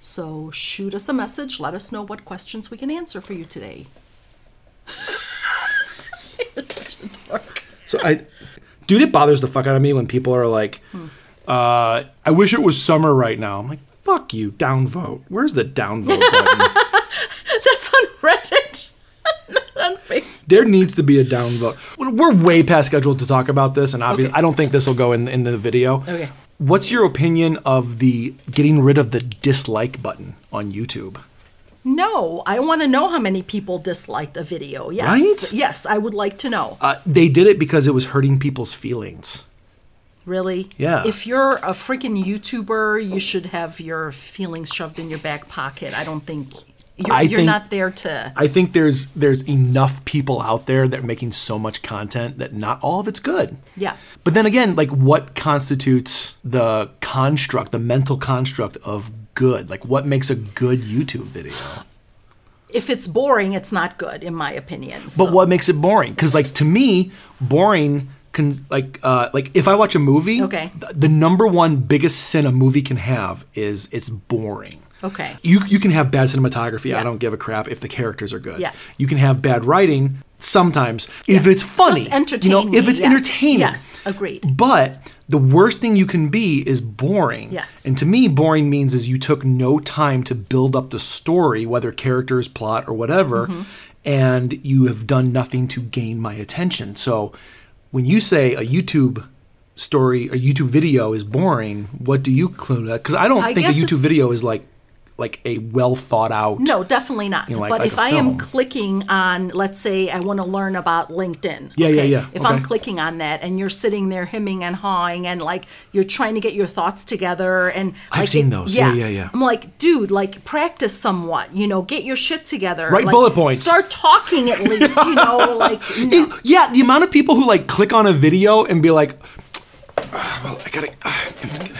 Speaker 1: So shoot us a message. Let us know what questions we can answer for you today. You're such a dork.
Speaker 2: So I, dude, it bothers the fuck out of me when people are like, uh, "I wish it was summer right now." I'm like, "Fuck you, downvote." Where's the downvote button?
Speaker 1: That's on Reddit, not on Facebook.
Speaker 2: There needs to be a downvote. We're way past schedule to talk about this, and obviously,
Speaker 1: Okay.
Speaker 2: I don't think this will go in in the video.
Speaker 1: Okay.
Speaker 2: What's your opinion of the getting rid of the dislike button on YouTube?
Speaker 1: No, I want to know how many people disliked a video. Yes.
Speaker 2: Right?
Speaker 1: Yes, I would like to know.
Speaker 2: Uh, they did it because it was hurting people's feelings.
Speaker 1: Really?
Speaker 2: Yeah.
Speaker 1: If you're a freaking YouTuber, you should have your feelings shoved in your back pocket. I don't think You're,
Speaker 2: I
Speaker 1: you're
Speaker 2: think-
Speaker 1: not there to.
Speaker 2: I think there's there's enough people out there that are making so much content that not all of it's good.
Speaker 1: Yeah.
Speaker 2: But then again, like what constitutes the construct, the mental construct of good? Like what makes a good YouTube video?
Speaker 1: If it's boring, it's not good, in my opinion. So,
Speaker 2: But what makes it boring? Because like to me, boring can like uh, like if I watch a movie,
Speaker 1: Okay.
Speaker 2: th- the number one biggest sin a movie can have is it's boring.
Speaker 1: Okay.
Speaker 2: You you can have bad cinematography. I
Speaker 1: Yeah.
Speaker 2: don't give a crap if the characters are good.
Speaker 1: Yeah.
Speaker 2: You can have bad writing sometimes if it's funny.
Speaker 1: Just entertain
Speaker 2: You know, if
Speaker 1: me,
Speaker 2: it's
Speaker 1: yeah.
Speaker 2: entertaining.
Speaker 1: Yes, agreed.
Speaker 2: But the worst thing you can be is boring.
Speaker 1: Yes.
Speaker 2: And to me, boring means is you took no time to build up the story, whether characters, plot, or whatever,
Speaker 1: Mm-hmm.
Speaker 2: and you have done nothing to gain my attention. So when you say a YouTube story, a YouTube video is boring, what do you clue that? Because I don't
Speaker 1: I
Speaker 2: think a
Speaker 1: guess
Speaker 2: YouTube
Speaker 1: it's-
Speaker 2: video is like like a well thought out.
Speaker 1: No, definitely not.
Speaker 2: know, like-
Speaker 1: but
Speaker 2: like
Speaker 1: if
Speaker 2: a
Speaker 1: I am
Speaker 2: film.
Speaker 1: clicking on, let's say I want to learn about LinkedIn.
Speaker 2: Yeah, yeah,
Speaker 1: okay?
Speaker 2: yeah,
Speaker 1: If I'm
Speaker 2: okay.
Speaker 1: clicking on that and you're sitting there hemming and hawing and like you're trying to get your thoughts together and
Speaker 2: I've
Speaker 1: like,
Speaker 2: seen those. Yeah, yeah, yeah.
Speaker 1: I'm like, dude, like practice somewhat. You know, get your shit together.
Speaker 2: Write
Speaker 1: like,
Speaker 2: bullet points.
Speaker 1: Start talking at least. You know, like no.
Speaker 2: It- yeah, the amount of people who like click on a video and be like, "Ah, "Well, I gotta." ah, I'm just gonna-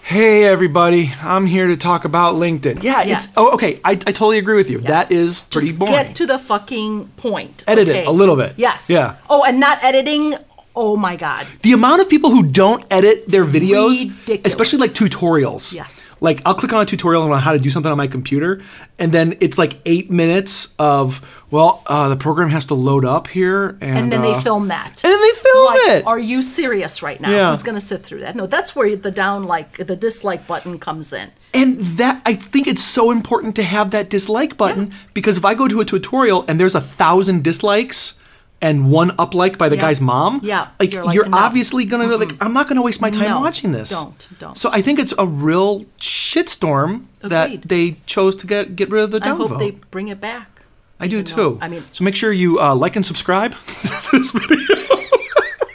Speaker 2: Hey everybody, I'm here to talk about LinkedIn. Yeah,
Speaker 1: Yeah.
Speaker 2: it's oh okay. I, I totally agree with you. That is pretty
Speaker 1: just
Speaker 2: boring.
Speaker 1: get to the fucking point.
Speaker 2: Edit it a little bit.
Speaker 1: Yes.
Speaker 2: Yeah.
Speaker 1: Oh, and not editing. Oh my god.
Speaker 2: the amount of people who don't edit their videos,
Speaker 1: Ridiculous.
Speaker 2: especially like tutorials.
Speaker 1: Yes.
Speaker 2: Like I'll click on a tutorial on how to do something on my computer, and then it's like eight minutes of well, uh, the program has to load up here, and,
Speaker 1: And then
Speaker 2: uh,
Speaker 1: they film that.
Speaker 2: and then they film
Speaker 1: like,
Speaker 2: it.
Speaker 1: Are you serious right now?
Speaker 2: Yeah.
Speaker 1: Who's gonna sit through that? No, that's where the down like the dislike button comes in.
Speaker 2: And that I think it's so important to have that dislike button
Speaker 1: Yeah.
Speaker 2: because if I go to a tutorial and there's a thousand dislikes and one up like by the
Speaker 1: Yeah.
Speaker 2: guy's mom,
Speaker 1: Yeah,
Speaker 2: like you're,
Speaker 1: you're like, no.
Speaker 2: obviously gonna like I'm not gonna waste my time
Speaker 1: No,
Speaker 2: watching this.
Speaker 1: don't, don't.
Speaker 2: So I think it's a real shitstorm that
Speaker 1: Agreed.
Speaker 2: they chose to get get rid of the
Speaker 1: I
Speaker 2: downvote.
Speaker 1: hope they bring it back.
Speaker 2: I do
Speaker 1: even
Speaker 2: too.
Speaker 1: though- I mean,
Speaker 2: so make sure you uh, like and subscribe.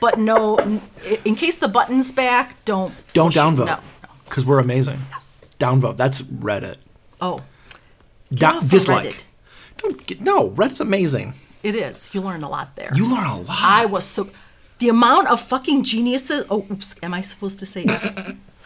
Speaker 1: but no, n- in case the button's back, don't
Speaker 2: Don't
Speaker 1: push it.
Speaker 2: downvote
Speaker 1: No.
Speaker 2: because we're amazing.
Speaker 1: Yes.
Speaker 2: Downvote. That's Reddit.
Speaker 1: Oh,
Speaker 2: Da-
Speaker 1: off of
Speaker 2: dislike.
Speaker 1: Reddit.
Speaker 2: Don't get, no. Reddit's amazing.
Speaker 1: it is. You learn a lot there.
Speaker 2: You learn a lot.
Speaker 1: I was so the amount of fucking geniuses. Oh, oops. Am I supposed to say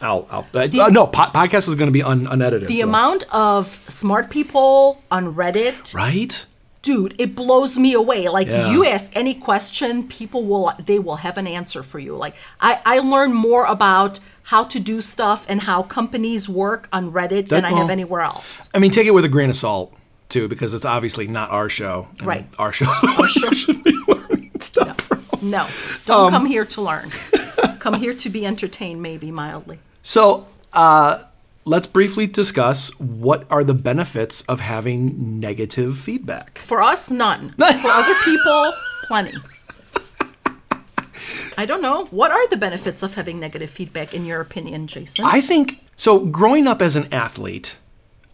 Speaker 2: I'll, I'll uh, no po- podcast is going to be un, unedited.
Speaker 1: the
Speaker 2: so-
Speaker 1: amount of smart people on Reddit?
Speaker 2: right?
Speaker 1: dude it blows me away like
Speaker 2: Yeah.
Speaker 1: you ask any question people will they will have an answer for you like i i learn more about how to do stuff and how companies work on reddit than
Speaker 2: That-
Speaker 1: i have
Speaker 2: well-
Speaker 1: anywhere else
Speaker 2: I mean, take it with a grain of salt too, because it's obviously not our show. and
Speaker 1: Right.
Speaker 2: Our show.
Speaker 1: no don't
Speaker 2: Um,
Speaker 1: come here to learn come here to be entertained maybe mildly
Speaker 2: so uh, let's briefly discuss what are the benefits of having negative feedback.
Speaker 1: for us none for other people plenty i don't know what are the benefits of having negative feedback in your opinion jason
Speaker 2: I think so. Growing up as an athlete,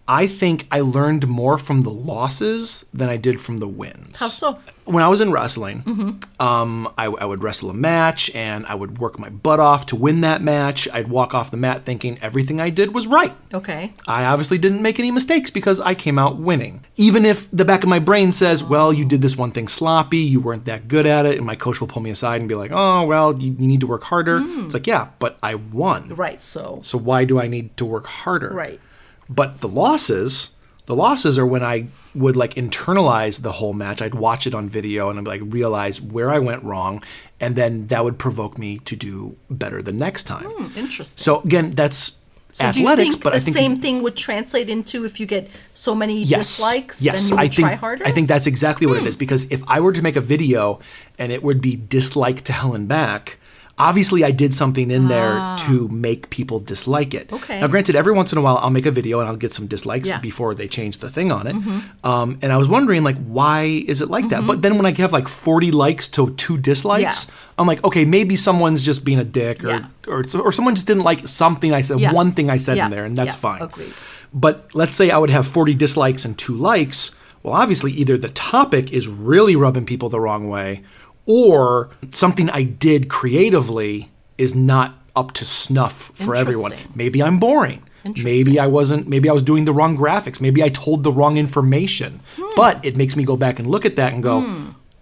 Speaker 2: I think I learned more from the losses than I did from the wins.
Speaker 1: How so?
Speaker 2: When I was in wrestling, um, I, I would wrestle a match and I would work my butt off to win that match. I'd walk off the mat thinking everything I did was right.
Speaker 1: okay
Speaker 2: I obviously didn't make any mistakes because I came out winning. Even if the back of my brain says, well, you did this one thing sloppy, you weren't that good at it, and my coach will pull me aside and be like, oh, well, you, you need to work harder. It's like, yeah, but I won.
Speaker 1: right so
Speaker 2: So why do I need to work harder?
Speaker 1: Right.
Speaker 2: But the losses, the losses are when I would like internalize the whole match. I'd watch it on video and I'd like realize where I went wrong, and then that would provoke me to do better the next time.
Speaker 1: interesting
Speaker 2: So again, that's
Speaker 1: Hmm. So
Speaker 2: athletics,
Speaker 1: do you think
Speaker 2: but
Speaker 1: the
Speaker 2: I think
Speaker 1: same thing would translate into if you get so many
Speaker 2: yes,
Speaker 1: dislikes,
Speaker 2: yes,
Speaker 1: then you
Speaker 2: I
Speaker 1: would
Speaker 2: think
Speaker 1: try harder?
Speaker 2: I think that's exactly what it is because if I were to make a video and it would be dislike to hell and back. Obviously, I did something in there to make people dislike it.
Speaker 1: Ah. Okay.
Speaker 2: Now, granted, every once in a while, I'll make a video and I'll get some dislikes
Speaker 1: Yeah. Mm-hmm.
Speaker 2: before they change the thing on it. Um, and I was wondering, like, why is it like that? But then when I have like 40 likes to two dislikes,
Speaker 1: Yeah.
Speaker 2: I'm like, okay, maybe someone's just being a dick, or
Speaker 1: Yeah.
Speaker 2: or, or someone just didn't like something I said,
Speaker 1: Yeah.
Speaker 2: one thing I said
Speaker 1: Yeah.
Speaker 2: in there, and that's
Speaker 1: Yeah.
Speaker 2: fine.
Speaker 1: Agreed.
Speaker 2: But let's say I would have 40 dislikes and two likes. Well, obviously, either the topic is really rubbing people the wrong way, or something I did creatively is not up to snuff for everyone.
Speaker 1: Interesting.
Speaker 2: Maybe I'm boring. Maybe I wasn't, maybe I was doing the wrong graphics. Maybe I told the wrong information. But it makes me go back and look at that and go,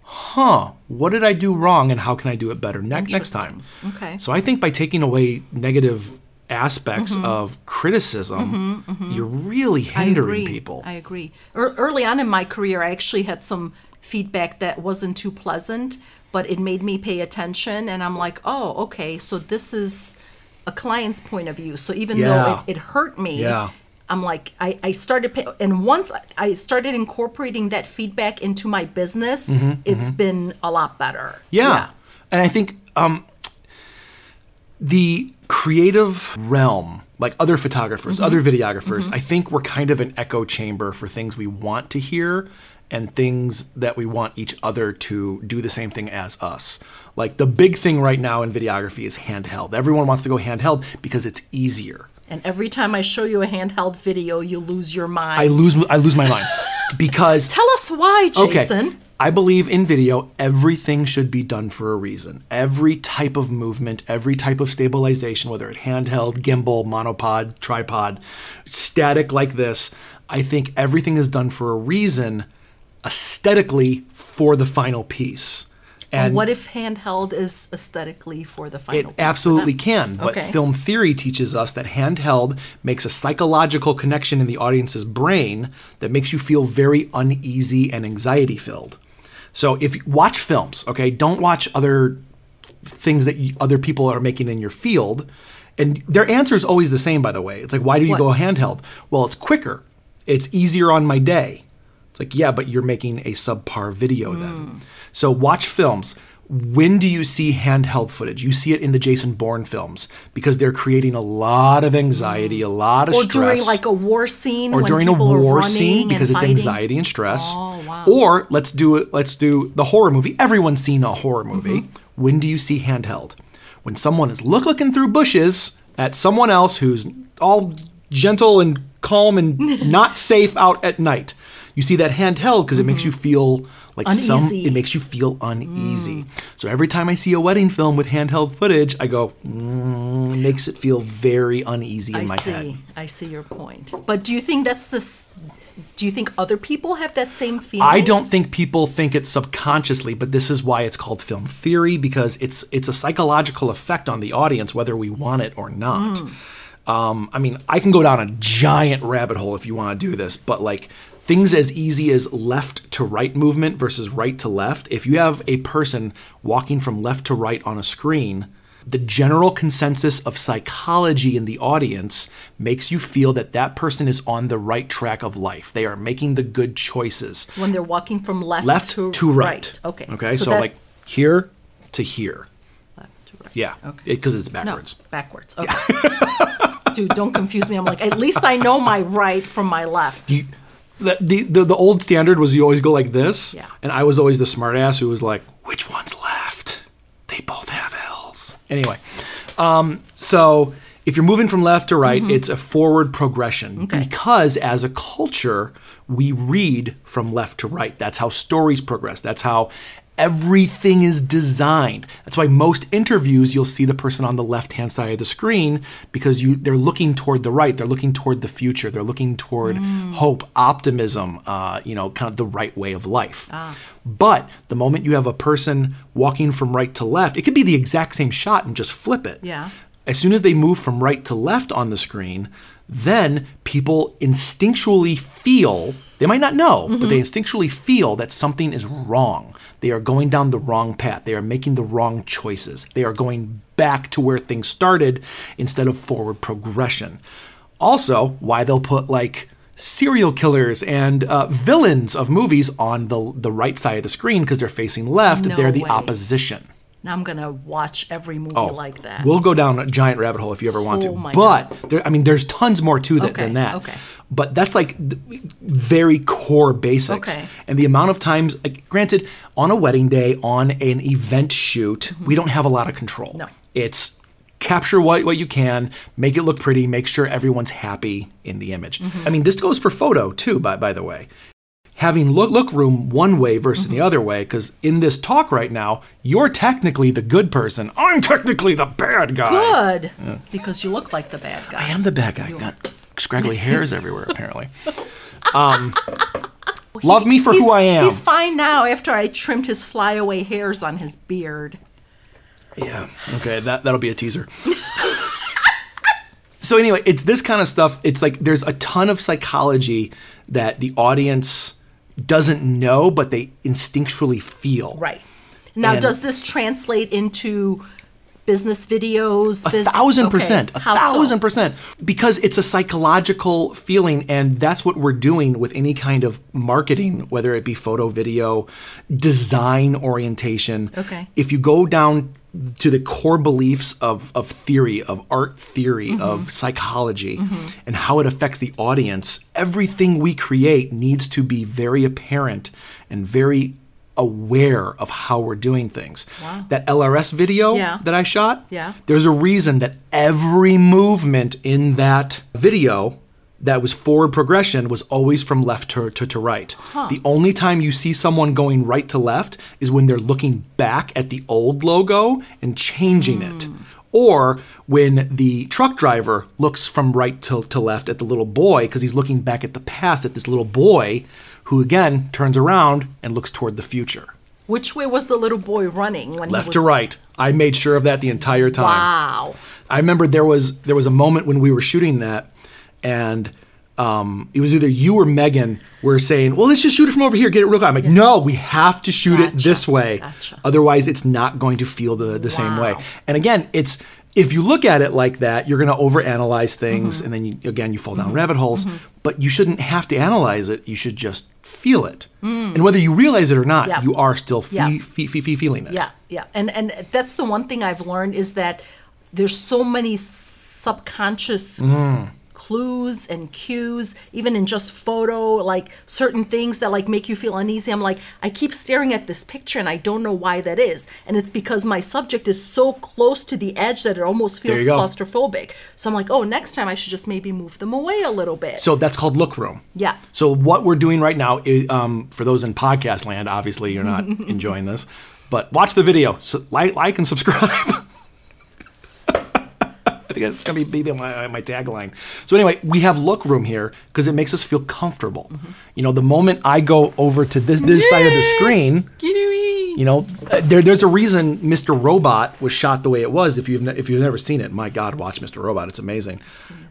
Speaker 2: huh, what did I do wrong and how can I do it better ne- next time?
Speaker 1: Okay.
Speaker 2: So I think by taking away negative aspects
Speaker 1: Mm-hmm.
Speaker 2: of criticism, you're really hindering
Speaker 1: agree.
Speaker 2: people.
Speaker 1: I agree. Ear early on in my career, I actually had some feedback that wasn't too pleasant, but it made me pay attention. And I'm like, oh, okay, so this is a client's point of view. So even
Speaker 2: Yeah.
Speaker 1: though it, it hurt me,
Speaker 2: Yeah.
Speaker 1: I'm like, I, I started, pay- and once I- I started incorporating that feedback into my business, it's been a lot better.
Speaker 2: Mm-hmm, Yeah. And I think um, the creative realm, like other photographers, other
Speaker 1: Mm-hmm.
Speaker 2: videographers, I think we're kind of an echo chamber for things we want to hear and things that we want each other to do the same thing as us. Like the big thing right now in videography is handheld. Everyone wants to go handheld because it's easier.
Speaker 1: And every time I show you a handheld video, you lose your mind.
Speaker 2: I lose I lose my mind because
Speaker 1: Tell us why, Jason.
Speaker 2: Okay. I believe in video, everything should be done for a reason. Every type of movement, every type of stabilization, whether it handheld, gimbal, monopod, tripod, static like this, I think everything is done for a reason aesthetically for the final piece. And
Speaker 1: what if handheld is aesthetically for the final?
Speaker 2: it
Speaker 1: piece for them?
Speaker 2: absolutely can, but
Speaker 1: Okay.
Speaker 2: film theory teaches us that handheld makes a psychological connection in the audience's brain that makes you feel very uneasy and anxiety filled. So if you watch films, okay, don't watch other things that you, other people are making in your field. And their answer is always the same, by the way. It's like, why do you
Speaker 1: What?
Speaker 2: go handheld? Well, it's quicker, it's easier on my day. It's like, yeah, but you're making a subpar video then. So watch films. When do you see handheld footage? You see it in the Jason Bourne films because they're creating a lot of anxiety, a lot of
Speaker 1: Or
Speaker 2: stress
Speaker 1: during like a war scene.
Speaker 2: or
Speaker 1: when
Speaker 2: during a
Speaker 1: people are
Speaker 2: war
Speaker 1: running
Speaker 2: scene
Speaker 1: and
Speaker 2: because it's
Speaker 1: fighting.
Speaker 2: anxiety and stress.
Speaker 1: Oh, wow.
Speaker 2: Or let's do it. Let's do the horror movie. Everyone's seen a horror movie.
Speaker 1: Mm-hmm.
Speaker 2: When do you see handheld? When someone is look looking through bushes at someone else who's all gentle and calm and not safe out at night. You see that handheld because it makes you feel like some.
Speaker 1: Mm-hmm. Uneasy. Mm.
Speaker 2: It makes you feel uneasy. So every time I see a wedding film with handheld footage, I go, mm, makes it feel very uneasy in
Speaker 1: I
Speaker 2: my
Speaker 1: see.
Speaker 2: head.
Speaker 1: I see your point. But do you think that's this? Do you think other people have that same feeling?
Speaker 2: I don't think people think it subconsciously, but this is why it's called film theory because it's it's a psychological effect on the audience whether we want it or not. Um, I mean, I can go down a giant rabbit hole if you want to do this, but like things as easy as left to right movement versus right to left. If you have a person walking from left to right on a screen, the general consensus of psychology in the audience makes you feel that that person is on the right track of life. They are making the good choices
Speaker 1: When they're walking from left,
Speaker 2: left to, right.
Speaker 1: Okay.
Speaker 2: Okay. So,
Speaker 1: that-
Speaker 2: like here to here.
Speaker 1: left to right.
Speaker 2: Yeah.
Speaker 1: Okay.
Speaker 2: Because it's
Speaker 1: No,
Speaker 2: backwards.
Speaker 1: backwards. Okay. Dude, don't confuse me. I'm like, at least I know my right from my left.
Speaker 2: You, the, the the the old standard was you always go like this.
Speaker 1: Yeah.
Speaker 2: And I was always the smartass who was like, which one's left? They both have L's. Anyway, um, so if you're moving from left to right, it's a forward progression because as a culture, we read from left to right. That's how stories progress. That's how everything is designed. That's why most interviews you'll see the person on the left-hand side of the screen because you they're looking toward the right. They're looking toward the future. They're looking toward hope, optimism, uh, you know, kind of the right way of life. But the moment you have a person walking from right to left, it could be the exact same shot and just flip it.
Speaker 1: Yeah.
Speaker 2: As soon as they move from right to left on the screen, then people instinctually feel, they might not know, but they
Speaker 1: Mm-hmm.
Speaker 2: instinctually feel that something is wrong. They are going down the wrong path. They are making the wrong choices. They are going back to where things started instead of forward progression. Also, why they'll put like serial killers and uh, villains of movies on the, the right side of the screen because they're facing left,
Speaker 1: No
Speaker 2: they're the
Speaker 1: way.
Speaker 2: opposition.
Speaker 1: Now I'm going to watch every movie like that.
Speaker 2: Oh. We'll go down a giant rabbit hole if you ever want
Speaker 1: Oh
Speaker 2: to.
Speaker 1: my
Speaker 2: But there, I mean, there's tons more to that
Speaker 1: Okay,
Speaker 2: than that.
Speaker 1: okay.
Speaker 2: But that's like th- very core basics.
Speaker 1: Okay.
Speaker 2: And the amount of times, like, granted, on a wedding day, on an event shoot, we don't have a lot of control.
Speaker 1: Mm-hmm. No.
Speaker 2: It's capture what, what you can, make it look pretty, make sure everyone's happy in the image.
Speaker 1: Mm-hmm.
Speaker 2: I mean, this goes for photo too, by, by the way having look, look room one way versus
Speaker 1: Mm-hmm.
Speaker 2: the other way because in this talk right now you're technically the good person i'm technically the bad guy
Speaker 1: Good. Because you look like the bad guy.
Speaker 2: i am the bad guy God scraggly hairs everywhere, apparently. Um, love me for
Speaker 1: he's,
Speaker 2: who I am.
Speaker 1: He's fine now after I trimmed his flyaway hairs on his beard.
Speaker 2: Yeah. Okay. That that'll be a teaser. so anyway, it's this kind of stuff. It's like there's a ton of psychology that the audience doesn't know, but they instinctually feel.
Speaker 1: Right. Now,
Speaker 2: And-
Speaker 1: does this translate into business videos?
Speaker 2: A thousand percent. A thousand percent. Because it's a psychological feeling, and that's what we're doing with any kind of marketing, whether it be photo, video, design orientation.
Speaker 1: Okay.
Speaker 2: If you go down to the core beliefs of, of theory, of art theory,
Speaker 1: Mm-hmm.
Speaker 2: of psychology, and how it affects the audience, everything we create needs to be very apparent and very aware of how we're doing things. That LRS video
Speaker 1: Yeah.
Speaker 2: that I shot,
Speaker 1: Yeah.
Speaker 2: there's a reason that every movement in that video that was forward progression was always from left to, to, to right. The only time you see someone going right to left is when they're looking back at the old logo and changing it.
Speaker 1: Hmm.
Speaker 2: Or when the truck driver looks from right to, to left at the little boy because he's looking back at the past at this little boy who again turns around and looks toward the future.
Speaker 1: Which way was the little boy running when he
Speaker 2: Left
Speaker 1: was
Speaker 2: to right. I made sure of that the entire time.
Speaker 1: Wow.
Speaker 2: I remember there was there was a moment when we were shooting that, and um, it was either you or Megan were saying, "Well, let's just shoot it from over here, get it real quick." I'm like, "No, we have to shoot it
Speaker 1: Gotcha,
Speaker 2: this way,
Speaker 1: gotcha.
Speaker 2: otherwise it's not going to feel the the same way."
Speaker 1: Wow.
Speaker 2: And again, it's if you look at it like that, you're going to overanalyze things,
Speaker 1: Mm-hmm.
Speaker 2: and then you, again you fall down rabbit holes. But you shouldn't have to analyze it; you should just feel it, and whether you realize it or not,
Speaker 1: Mm. Yeah.
Speaker 2: you are still fe-
Speaker 1: Yeah.
Speaker 2: fe- fe- fe- feeling it.
Speaker 1: Yeah, yeah. And and that's the one thing I've learned is that there's so many subconscious
Speaker 2: Mm.
Speaker 1: clues and cues even in just photo like certain things that like make you feel uneasy. I'm like I keep staring at this picture and I don't know why that is. And it's because my subject is so close to the edge that it almost
Speaker 2: you
Speaker 1: feels
Speaker 2: go.
Speaker 1: claustrophobic. So I'm like, "Oh, next time I should just maybe move them away a little bit."
Speaker 2: So that's called look room.
Speaker 1: Yeah.
Speaker 2: So what we're doing right now, is, um, for those in podcast land, obviously you're not enjoying this, but watch the video, so like, like and subscribe. I think that's gonna be, be my, my tagline. So anyway, we have look room here because it makes us feel comfortable. You know, the moment I go over to this, this side of the screen, you know, uh, there, there's a reason Mr. Robot was shot the way it was. If you've ne- if you've never seen it, my God, watch Mr. Robot. It's amazing.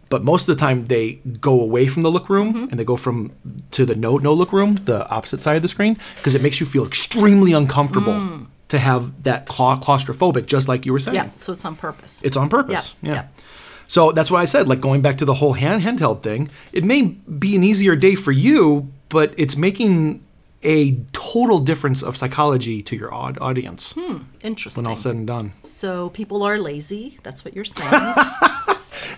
Speaker 2: But most of the time, they go away from the look room and they go from to the no no look room, the opposite side of the screen, because it makes you feel extremely uncomfortable to have that cla- claustrophobic, just like you were saying.
Speaker 1: yeah, so it's on purpose.
Speaker 2: It's on purpose.
Speaker 1: Yeah,
Speaker 2: Yeah.
Speaker 1: yeah.
Speaker 2: So that's why I said, like going back to the whole hand handheld thing, it may be an easier day for you, but it's making a total difference of psychology to your odd audience
Speaker 1: Hmm, interesting.
Speaker 2: when all said and done.
Speaker 1: so people are lazy. That's what you're saying.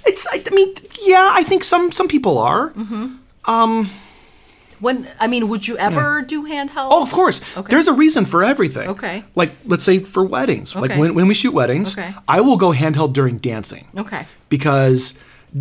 Speaker 2: It's, I mean, yeah, I think some some people are.
Speaker 1: Mm-hmm. When I mean, would you ever do handheld?
Speaker 2: Oh, of course.
Speaker 1: Okay.
Speaker 2: There's a reason for everything.
Speaker 1: Okay.
Speaker 2: Like, let's say for weddings. Like
Speaker 1: Okay.
Speaker 2: when, when we shoot weddings,
Speaker 1: Okay.
Speaker 2: I will go handheld during dancing.
Speaker 1: Okay.
Speaker 2: because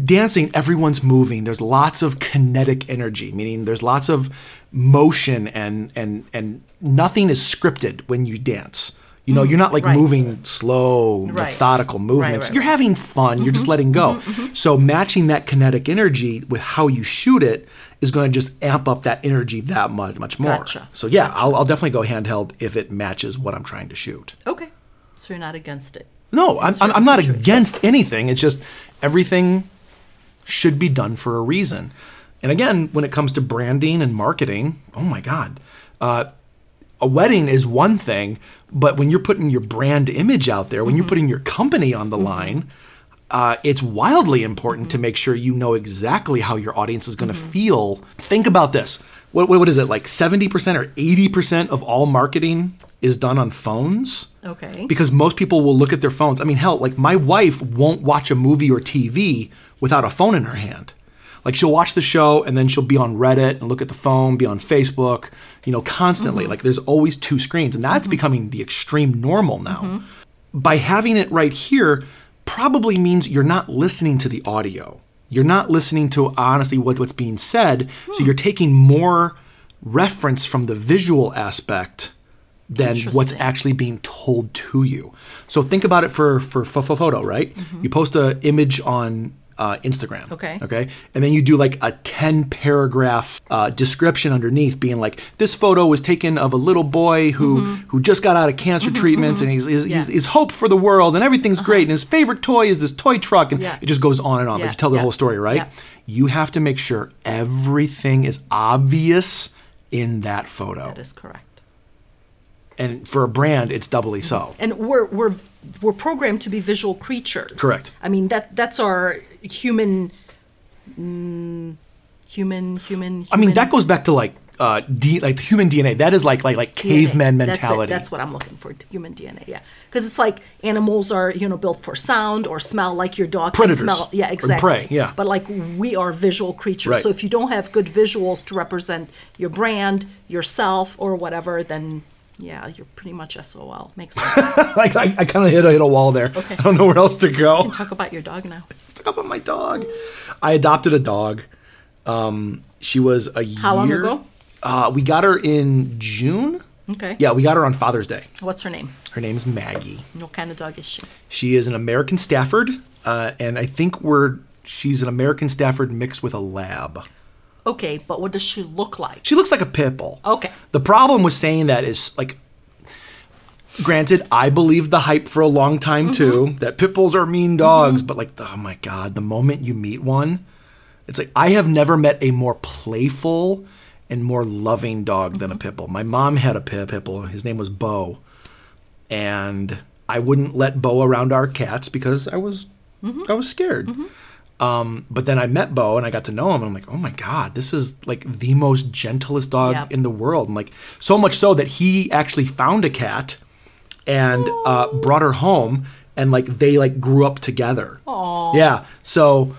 Speaker 2: dancing everyone's moving there's lots of kinetic energy meaning there's lots of motion and and and nothing is scripted when you dance you know you're not like
Speaker 1: Mm-hmm. right.
Speaker 2: moving slow
Speaker 1: Right.
Speaker 2: methodical movements
Speaker 1: right, Mm-hmm.
Speaker 2: you're
Speaker 1: right.
Speaker 2: having fun you're just letting go so matching that kinetic energy with how you shoot it is going to just amp up that energy that much much more
Speaker 1: Gotcha.
Speaker 2: so yeah I'll, I'll definitely go handheld if it matches what i'm trying to shoot
Speaker 1: Okay. So you're not against it.
Speaker 2: no, I'm, I'm, I'm not against anything. It's just everything should be done for a reason. And again, when it comes to branding and marketing, oh my God, uh, a wedding is one thing, but when you're putting your brand image out there, when you're putting your company on the line, uh, it's wildly important to make sure you know exactly how your audience is going to feel. Think about this. What, what, what is it like 70% or 80% of all marketing is done on phones?
Speaker 1: Okay.
Speaker 2: because most people will look at their phones. I mean, hell, like my wife won't watch a movie or TV without a phone in her hand. Like she'll watch the show and then she'll be on Reddit and look at the phone, be on Facebook, you know, constantly. Like there's always two screens, and that's becoming the extreme normal now. By having it right here, probably means you're not listening to the audio. You're not listening to honestly what, what's being said.
Speaker 1: Hmm.
Speaker 2: So you're taking more reference from the visual aspect than what's
Speaker 1: Interesting.
Speaker 2: actually being told to you. So think about it for for, for, for photo, right? You post a image on uh, Instagram.
Speaker 1: Mm-hmm. Okay.
Speaker 2: Okay. And then you do like a 10 paragraph uh, description underneath, being like, this photo was taken of a little boy who who just got out of cancer treatment and he's, he's, he's,
Speaker 1: Mm-hmm. Yeah. Uh-huh.
Speaker 2: he's hope for the world and everything's great. And his favorite toy is this toy truck. And
Speaker 1: Yeah.
Speaker 2: it just goes on and on.
Speaker 1: Yeah,
Speaker 2: But you tell the
Speaker 1: yeah,
Speaker 2: whole story, right?
Speaker 1: yeah.
Speaker 2: You have to make sure everything is obvious in that photo.
Speaker 1: That is correct.
Speaker 2: and for a brand, it's doubly so.
Speaker 1: Mm-hmm. and we're we're we're programmed to be visual creatures.
Speaker 2: Correct.
Speaker 1: I mean that that's our human, mm, human, human.
Speaker 2: I mean, that goes back to like uh, D, like human DNA. That is like like like caveman mentality.
Speaker 1: That's, it. that's what I'm looking for. Human DNA. Yeah, because it's like animals are you know built for sound or smell, like your dog
Speaker 2: Predators.
Speaker 1: can smell. Yeah,
Speaker 2: Or
Speaker 1: exactly.
Speaker 2: prey, yeah.
Speaker 1: But like we are visual creatures,
Speaker 2: Right.
Speaker 1: so if you don't have good visuals to represent your brand, yourself, or whatever, then yeah, you're pretty much SOL. Makes sense.
Speaker 2: like I, I kind of hit a, hit a wall there.
Speaker 1: Okay.
Speaker 2: I don't know where else to go.
Speaker 1: Talk about your dog now.
Speaker 2: Talk about my dog. I adopted a dog. Um, she was a year.
Speaker 1: How long ago?
Speaker 2: Uh, we got her in June.
Speaker 1: Okay.
Speaker 2: Yeah, we got her on Father's Day.
Speaker 1: What's her name?
Speaker 2: Her name's Maggie.
Speaker 1: What kind of dog is she?
Speaker 2: She is an American Stafford, uh, and I think we're she's an American Stafford mixed with a lab.
Speaker 1: Okay, but what does she look like?
Speaker 2: She looks like a pit bull.
Speaker 1: Okay.
Speaker 2: The problem with saying that is like, granted, I believed the hype for a long time too that pit bulls are mean dogs, but like, oh my god, the moment you meet one, it's like I have never met a more playful and more loving dog than a pit bull. My mom had a pit pit bull. His name was Bo, and I wouldn't let Bo around our cats because I was
Speaker 1: Mm-hmm.
Speaker 2: I was scared. Um, but then I met Bo and I got to know him, and I'm like, oh my god, this is like the most gentlest dog
Speaker 1: Yep.
Speaker 2: in the world, and like so much so that he actually found a cat and uh, brought her home, and like they like grew up together. Aww. Yeah. So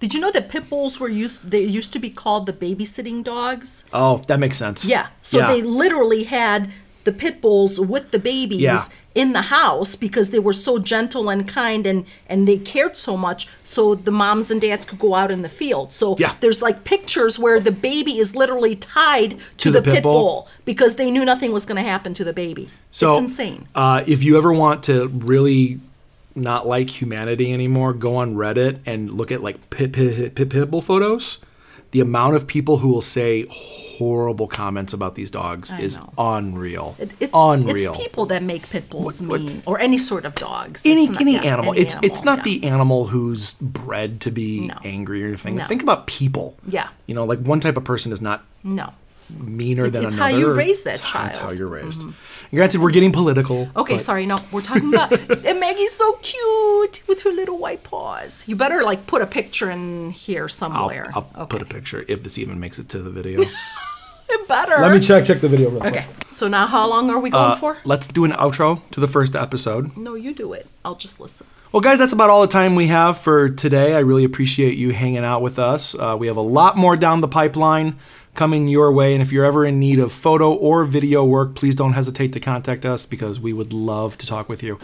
Speaker 1: Did you know that pit bulls were used? They used to be called the babysitting dogs.
Speaker 2: oh, that makes sense.
Speaker 1: Yeah. So
Speaker 2: Yeah.
Speaker 1: they literally had the pit bulls with the babies
Speaker 2: Yeah.
Speaker 1: in the house because they were so gentle and kind and and they cared so much. So the moms and dads could go out in the field. So
Speaker 2: Yeah.
Speaker 1: there's like pictures where the baby is literally tied to, the,
Speaker 2: the pit
Speaker 1: pit
Speaker 2: bull?
Speaker 1: bull because they knew nothing was going to happen to the baby.
Speaker 2: So
Speaker 1: it's insane.
Speaker 2: Uh, if you ever want to really not like humanity anymore, go on Reddit and look at like pit pit pit pit bull photos. The amount of people who will say horrible comments about these dogs is
Speaker 1: know.
Speaker 2: unreal.
Speaker 1: It- it's
Speaker 2: unreal.
Speaker 1: It's people that make pit bulls
Speaker 2: What- what-
Speaker 1: mean or any sort of dogs.
Speaker 2: any
Speaker 1: It's not-
Speaker 2: any
Speaker 1: yeah,
Speaker 2: animal.
Speaker 1: any
Speaker 2: it's it's
Speaker 1: animal,
Speaker 2: not
Speaker 1: yeah.
Speaker 2: the animal who's bred to be
Speaker 1: No.
Speaker 2: angry or anything.
Speaker 1: No.
Speaker 2: Think about people.
Speaker 1: Yeah.
Speaker 2: You know, like one type of person is not
Speaker 1: no.
Speaker 2: meaner than
Speaker 1: it's how
Speaker 2: another.
Speaker 1: you raise that
Speaker 2: It's how-
Speaker 1: child.
Speaker 2: It's
Speaker 1: Mm-hmm.
Speaker 2: how you're raised. Granted, we're getting political.
Speaker 1: Okay,
Speaker 2: but-
Speaker 1: sorry. No, we're talking about and Maggie's so cute with her little white paws. You better like put a picture in here
Speaker 2: I'll,
Speaker 1: somewhere.
Speaker 2: I'll put a picture if this even makes it to the video.
Speaker 1: It better.
Speaker 2: check check the video real Uh,
Speaker 1: Okay. So now, how long are we going for?
Speaker 2: Let's do an outro to the first episode.
Speaker 1: No, you do it. I'll just listen.
Speaker 2: Well, guys, that's about all the time we have for today. I really appreciate you hanging out with us. Uh, we have a lot more down the pipeline coming your way. And if you're ever in need of photo or video work, please don't hesitate to contact us because we would love to talk with you.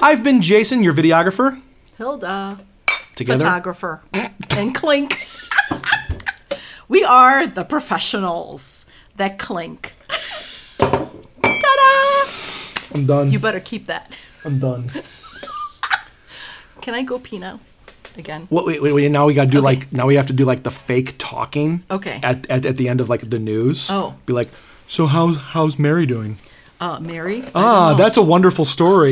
Speaker 2: I've been Jason, your videographer.
Speaker 1: Hilda,
Speaker 2: Together.
Speaker 1: photographer, and Clink. we are the professionals that clink. Ta-da!
Speaker 2: I'm done.
Speaker 1: You better keep that.
Speaker 2: I'm done.
Speaker 1: Can I go pee now? Again.
Speaker 2: Well, wait, wait, wait. Now we gotta do like now we have to do like the fake talking.
Speaker 1: Okay.
Speaker 2: At, at, at the end of like the news.
Speaker 1: Oh.
Speaker 2: Be like, so how's how's Mary doing?
Speaker 1: Uh, Mary.
Speaker 2: Ah, that's a wonderful story.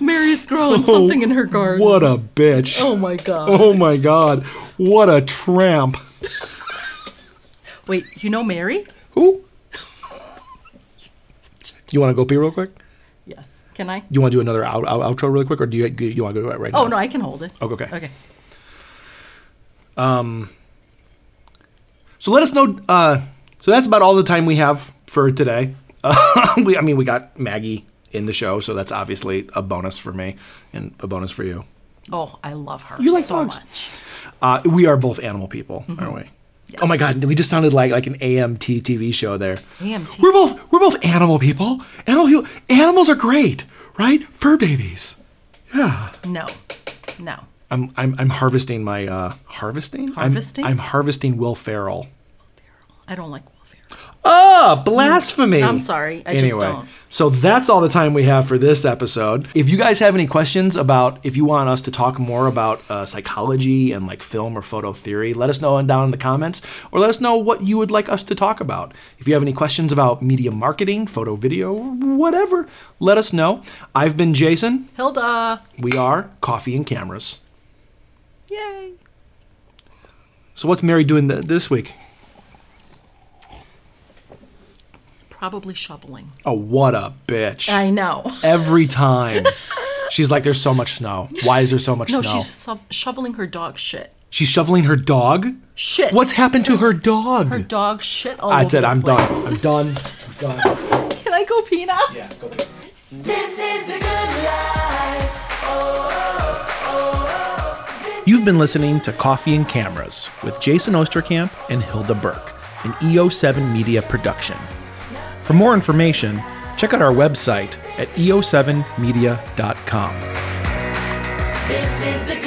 Speaker 1: Mary's growing something in her garden.
Speaker 2: what a bitch.
Speaker 1: Oh my god.
Speaker 2: Oh my god. What a tramp.
Speaker 1: Wait, you know Mary?
Speaker 2: Who? You want to go pee real quick?
Speaker 1: Yes. Can I?
Speaker 2: You want to do another out, out, outro really quick, or do you you want to go do it right now?
Speaker 1: Oh no, I can hold it.
Speaker 2: Okay, okay.
Speaker 1: Okay.
Speaker 2: So let us know. Uh, so that's about all the time we have for today. Uh, we, I mean, we got Maggie in the show, so that's obviously a bonus for me and a bonus for you.
Speaker 1: Oh, I love her
Speaker 2: You like
Speaker 1: so
Speaker 2: dogs.
Speaker 1: much.
Speaker 2: Uh, we are both animal people, aren't we? Oh my
Speaker 1: Yes.
Speaker 2: God! We just sounded like like an AMT TV show there.
Speaker 1: AMT.
Speaker 2: We're both we're both animal people. Animal people. Animals are great, right? Fur babies.
Speaker 1: No. No.
Speaker 2: I'm I'm, I'm harvesting my uh, harvesting. I'm-
Speaker 1: Harvesting?
Speaker 2: I'm, harvesting Will Ferrell.
Speaker 1: I don't like welfare.
Speaker 2: Ah, blasphemy.
Speaker 1: I'm sorry. I just don't.
Speaker 2: So that's all the time we have for this episode. If you guys have any questions about if you want us to talk more about uh, psychology and like film or photo theory, let us know in- down in the comments or let us know what you would like us to talk about. If you have any questions about media marketing, photo, video, whatever, let us know. I've been Jason.
Speaker 1: Hilda.
Speaker 2: We are Coffee and Cameras.
Speaker 1: Yay.
Speaker 2: So what's Mary doing th- this week?
Speaker 1: Probably shoveling.
Speaker 2: Oh, what a bitch.
Speaker 1: I know.
Speaker 2: Every time. She's like, there's so much snow. Why is there so much
Speaker 1: No,
Speaker 2: snow?
Speaker 1: she's sho- shoveling her dog shit.
Speaker 2: She's shoveling her dog.
Speaker 1: Shit.
Speaker 2: What's happened to her dog?
Speaker 1: her dog shit all
Speaker 2: I
Speaker 1: over
Speaker 2: said,
Speaker 1: the
Speaker 2: I'm
Speaker 1: place.
Speaker 2: done. I'm done. I'm done.
Speaker 1: Can I go pee now?
Speaker 2: Yeah, go get
Speaker 3: This is the good life.
Speaker 2: You've been listening to Coffee and Cameras with Jason Osterkamp and Hilda Burke, an EO7 media production. For more information, check out our E website at eo7media.com.
Speaker 3: This is the